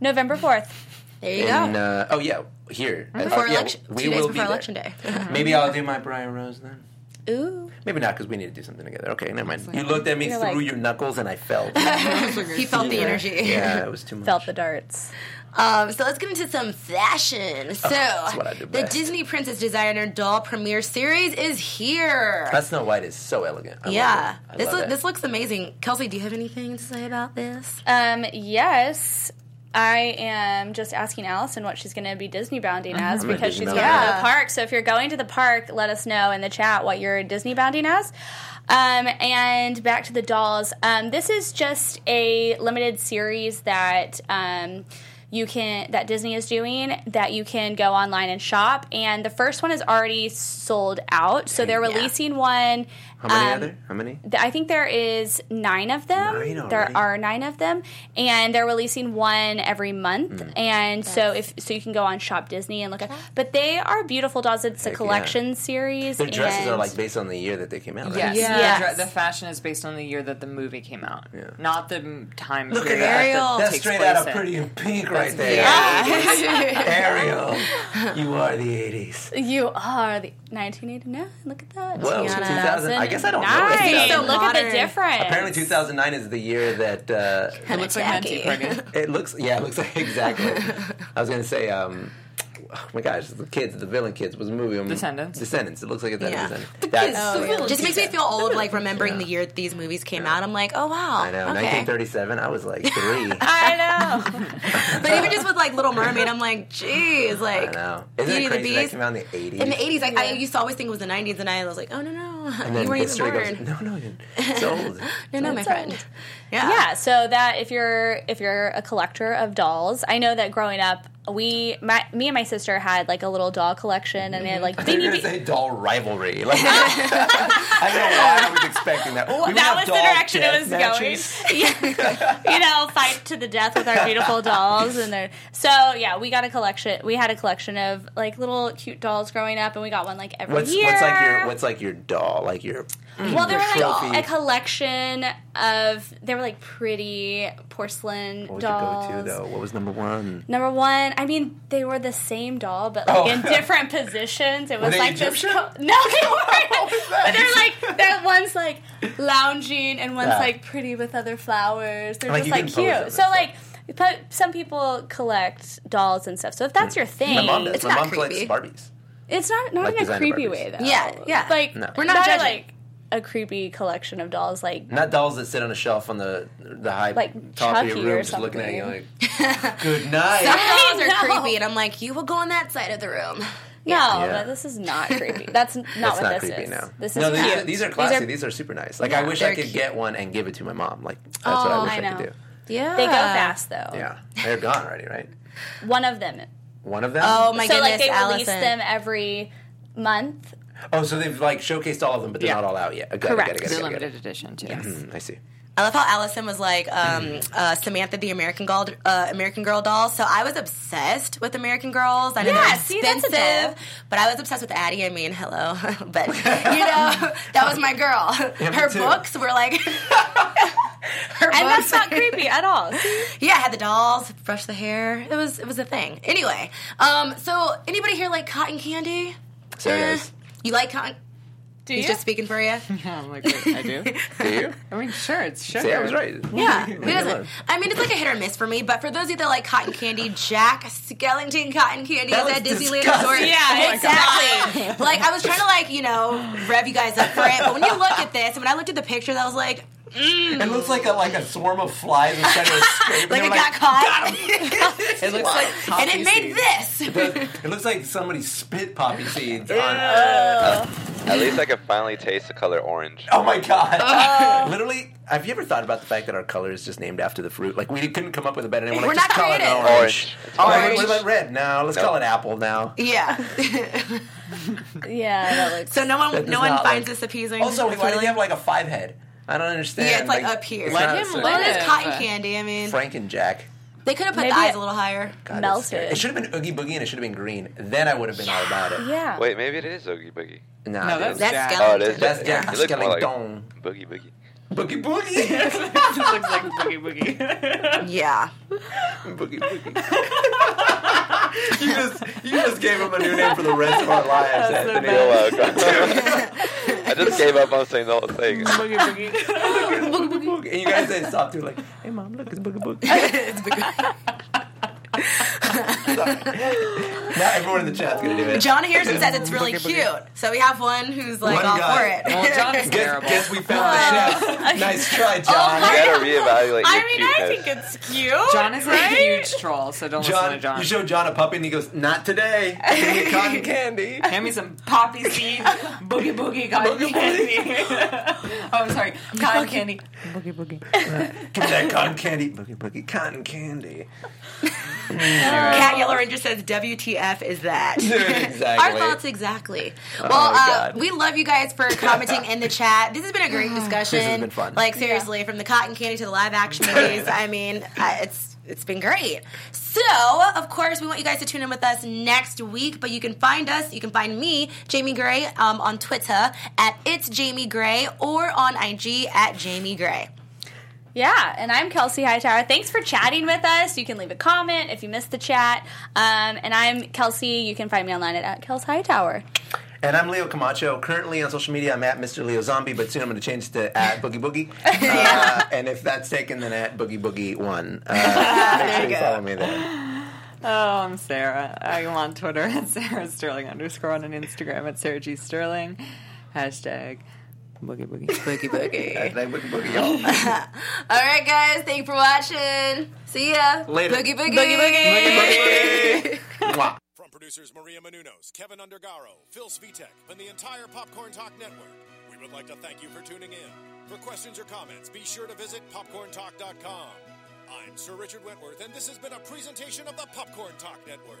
November fourth.
There you go.
And, uh, oh yeah, here. Uh,
Before
yeah,
election, two days before election day.
Maybe I'll do my Briar Rose then.
Ooh,
Maybe not because we need to do something together. Okay, never mind. You looked at me
You're
through
like-
your knuckles, and I felt.
he felt the energy.
yeah, it was too much.
Felt the darts.
Um, so let's get into some fashion. So
Oh, what I do
the
best.
Disney Princess Designer Doll premiere series is here.
That Snow White is so elegant. I love
yeah,
it. I
this
love
look,
it.
this looks amazing. Kelsey, do you have anything to say about this?
Um, yes. I am just asking Allison what she's going to be Disney bounding as
Uh-huh. I'm a
because
Disney
she's going
bound.
to the park. So if you're going to the park, let us know in the chat what you're Disney bounding as. Um, and back to the dolls. Um, this is just a limited series that um, you can that Disney is doing that you can go online and shop. And the first one is already sold out, so they're releasing one.
How many
um,
are there? How many?
Th- I think there is nine of them.
Nine
there
already?
are nine of them, and they're releasing one every month.
Mm.
And so if so, you can go on Shop Disney and look at. But they are beautiful dolls. It's a
Heck yeah.
collection series.
Their dresses
and
are like based on the year that they came out. Right?
Yes.
Yes.
The, dre- the fashion is based on the year that the movie came out, not the m- time
Look at
period.
that.
Ariel
That's
takes
straight
place
out
in.
of Pretty in Pink right there. Ariel, you are the 80s.
you are the 1989. Look at that.
Whoa, 2000. I guess I don't know.
Nice.
It's so
look at the
modern.
difference.
Apparently, 2009 is the year that uh,
It looks like
Jackie.
Nancy Reagan.
it looks. Yeah, it looks like exactly. I was gonna say. um Oh my gosh, the kids, the villain kids was a movie. on-
Descendants.
Descendants. It looks like it's that.
Yeah.
Descendants. That's,
Just makes me feel old, like remembering the year that these movies came out. I'm like, oh wow,
I know.
okay.
1937. I was like three.
I know.
But even just with like Little Mermaid, I'm like, geez,
I
like
know. Isn't
Beauty and
it
the
crazy that
Beast?
came out in the 80s?
in the 80s, like, I used to always think it was the 90s, and I was like, oh no no,
And then
you weren't even
history
born.
goes, no, no, you're- it's old.
no no, my friend. Yeah.
yeah so that if you're if you're a collector of dolls i know that growing up we my, me and my sister had like a little doll collection and they had like
You're
beanie
gonna
Bee-
say doll rivalry. Like, I don't know why I was expecting that. We would
that
have
was the
doll
direction it
death
was
matches.
going Yeah. you know fight to the death with our beautiful dolls and their so yeah we got a collection we had a collection of like little cute dolls growing up and we got one like every
What's
year
what's like your what's like your doll? doll, like your
Well, they were
trophy.
like a collection of they were like pretty porcelain
what was
dolls.
your go-to though? What was number one?
Number one, I mean, they were the same doll, but like
Oh.
in different positions. It was
they
like
Egyptian?
this. co- No, they
What was
weren't.
that?
but they're like that one's like lounging and one's
Yeah.
like pretty with other flowers. They're
Like,
just
you
like
can pose them and
cute. So
stuff.
like, but some people collect dolls and stuff. So if that's your thing,
Hmm. My mom does.
It's
My
not
mom collects
creepy.
Barbies.
it's not not
Like
in a
designer
creepy
Barbies.
way though.
Yeah, yeah.
Like
No.
we're
We're
not,
not judging.
like a creepy collection of dolls. Like
Not dolls that sit on a shelf on the the high
Like
top of your
Chucky
room,
or
just looking at you
something.
like, "Good night."
Some dolls
know.
are creepy, and I'm like, you will go on that side of the room.
no,
Yeah.
but this is not creepy. That's not
That's
what
not
this
creepy
is.
now.
This is
no, these,
cute.
are, these are classy. These are,
These
super nice. Like I
Yeah,
wish I
they're
could
cute.
get one and give it to my mom. Like that's what I
Oh,
wish
I
I, could
know.
do.
Yeah,
they go fast though.
Yeah, they're gone already, right?
One of them.
One of them.
Oh my
so
goodness,
like they release
Allison.
them every month.
Oh, so they've like showcased all of them, but they're
Yeah.
not all out yet. Okay,
Correct.
Got it, got it,
They're
got it, got
limited
it.
edition too.
Mm, I see.
I love how Allison was like um, uh, Samantha the American Girl, uh, American Girl doll. So I was obsessed with American Girls. I know
Yeah,
they're
see, that's a
expensive,
doll.
but I was obsessed with Addie. I mean, hello, but you know that was my girl.
me
Her
too.
books were like. Her
And
books.
that's not creepy at all.
yeah, I had the dolls, brushed the hair. It was it was a thing. Anyway, um, so anybody here like cotton candy?
Sarah
Eh,
does.
You like cotton?
Do
He's just speaking for you.
Yeah, I'm like, wait, Oh, I do.
Do you?
I mean, sure, it's sugar.
See, I was right.
Yeah,
Leave
who
me alone.
doesn't? I mean, it's like a hit or miss for me. But for those of you that like cotton candy, Jack Skellington cotton candy
That
is at
was
Disneyland
disgusting. Oh
Resort.
Yeah,
exactly. like I was trying to like you know rev you guys up for it, but when you look at this, when I looked at the picture, I was like,
It looks like a like a swarm of flies was trying to escape. and
like
they
it
were
got caught,
It looks like
and
poppy
it made
seeds.
this.
It looks like somebody spit poppy seeds on.
At least I could finally taste the color orange.
Oh my god!
Oh.
Literally, have you ever thought about the fact that our color is just named after the fruit? Like we couldn't come up with a better name. We're,
We're
like,
not
just call it an
creative.
orange.
Orange.
Oh, wait,
Orange.
What about red? No, let's
Nope.
call it apple now.
Yeah.
Yeah, that looks.
so no one,
does
no one
not
finds
look-
this appeasing.
Also, wait, why do
clearly.
they have like a five head? I don't understand.
Yeah, it's, like, up here.
it's
Let
not-
him
it's not-
Well,
live.
it is cotton candy. I mean,
Frank and Jack.
they could have put
Maybe
the eyes
it-
a little higher.
God,
Melted.
it's scary. It should have been Oogie Boogie and it should have been green. Then I would have been all about it.
yeah.
Wait, maybe it is Oogie Boogie.
Nah,
No,
dude.
that's,
That's
Jack.
Skellington.
Oh, it is.
That's Jack
It looks more like
Skellington.
Boogie Boogie.
Boogie Boogie.
it looks like boogie boogie.
Yeah.
boogie Boogie. you just you just gave him a new name for the rest of our lives. Anthony.
You're welcome. uh, I just gave up on saying the whole thing.
boogie boogie.
Boogie Boogie. And you guys say stop too like, hey mom, look, it's Boogie Boogie.
It's bigger.
now everyone in the chat's gonna do it.
John Harrison says it's really cute. So we have one who's like
One
all
guy.
for it.
Well, John is
Guess,
terrible.
guess we found the chef. Nice
Oh,
try, John.
You gotta reevaluate your
I mean,
cuteness.
I think it's cute.
John is a huge troll, so don't listen to
John,
John.
you show John a puppy and he goes, "Not today. Give me cotton candy."
Hand me some poppy seed, boogie boogie cotton candy. oh, I'm sorry, cotton candy.
Give me that cotton candy. Boogie boogie cotton candy.
Cat Yellow Ranger says, WTF is that? Our
exactly. Oh
thoughts exactly. Well, uh,
God.
we love you guys for commenting in the chat. This has been a great discussion.
been fun.
Like seriously, from the cotton candy to the live action movies. I mean, I, it's it's been great. So, of course, we want you guys to tune in with us next week. But you can find us. You can find me, Jamie Gray, um, on Twitter at it's Jamie Gray or on IG at Jamie Gray.
Yeah, and I'm Kelsey Hightower. Thanks for chatting with us. You can leave a comment if you missed the chat. Um, and I'm Kelsey. You can find me online at, at Kels Hightower.
And I'm Leo Camacho. Currently on social media, I'm at Mr. Leo Zombie, but soon I'm going to change to at Boogie Boogie. Uh, and if that's taken, then at Boogie Boogie One. Uh, make sure you follow me there.
Oh, I'm Sarah. I'm on Twitter at Sarah Sterling underscore on an Instagram at Sarah G Sterling. Hashtag boogie boogie boogie boogie.
Like Boogie Boogie, y'all.
All right, guys. Thank you for watching. See ya.
Later.
Boogie boogie.
Boogie boogie.
Mwah.
From producers Maria Menunos, Kevin Undergaro, Phil Svitek, and the entire Popcorn Talk Network, we would like to thank you for tuning in. For questions or comments, be sure to visit popcorntalk.com. I'm Sir Richard Wentworth, and this has been a presentation of the Popcorn Talk Network.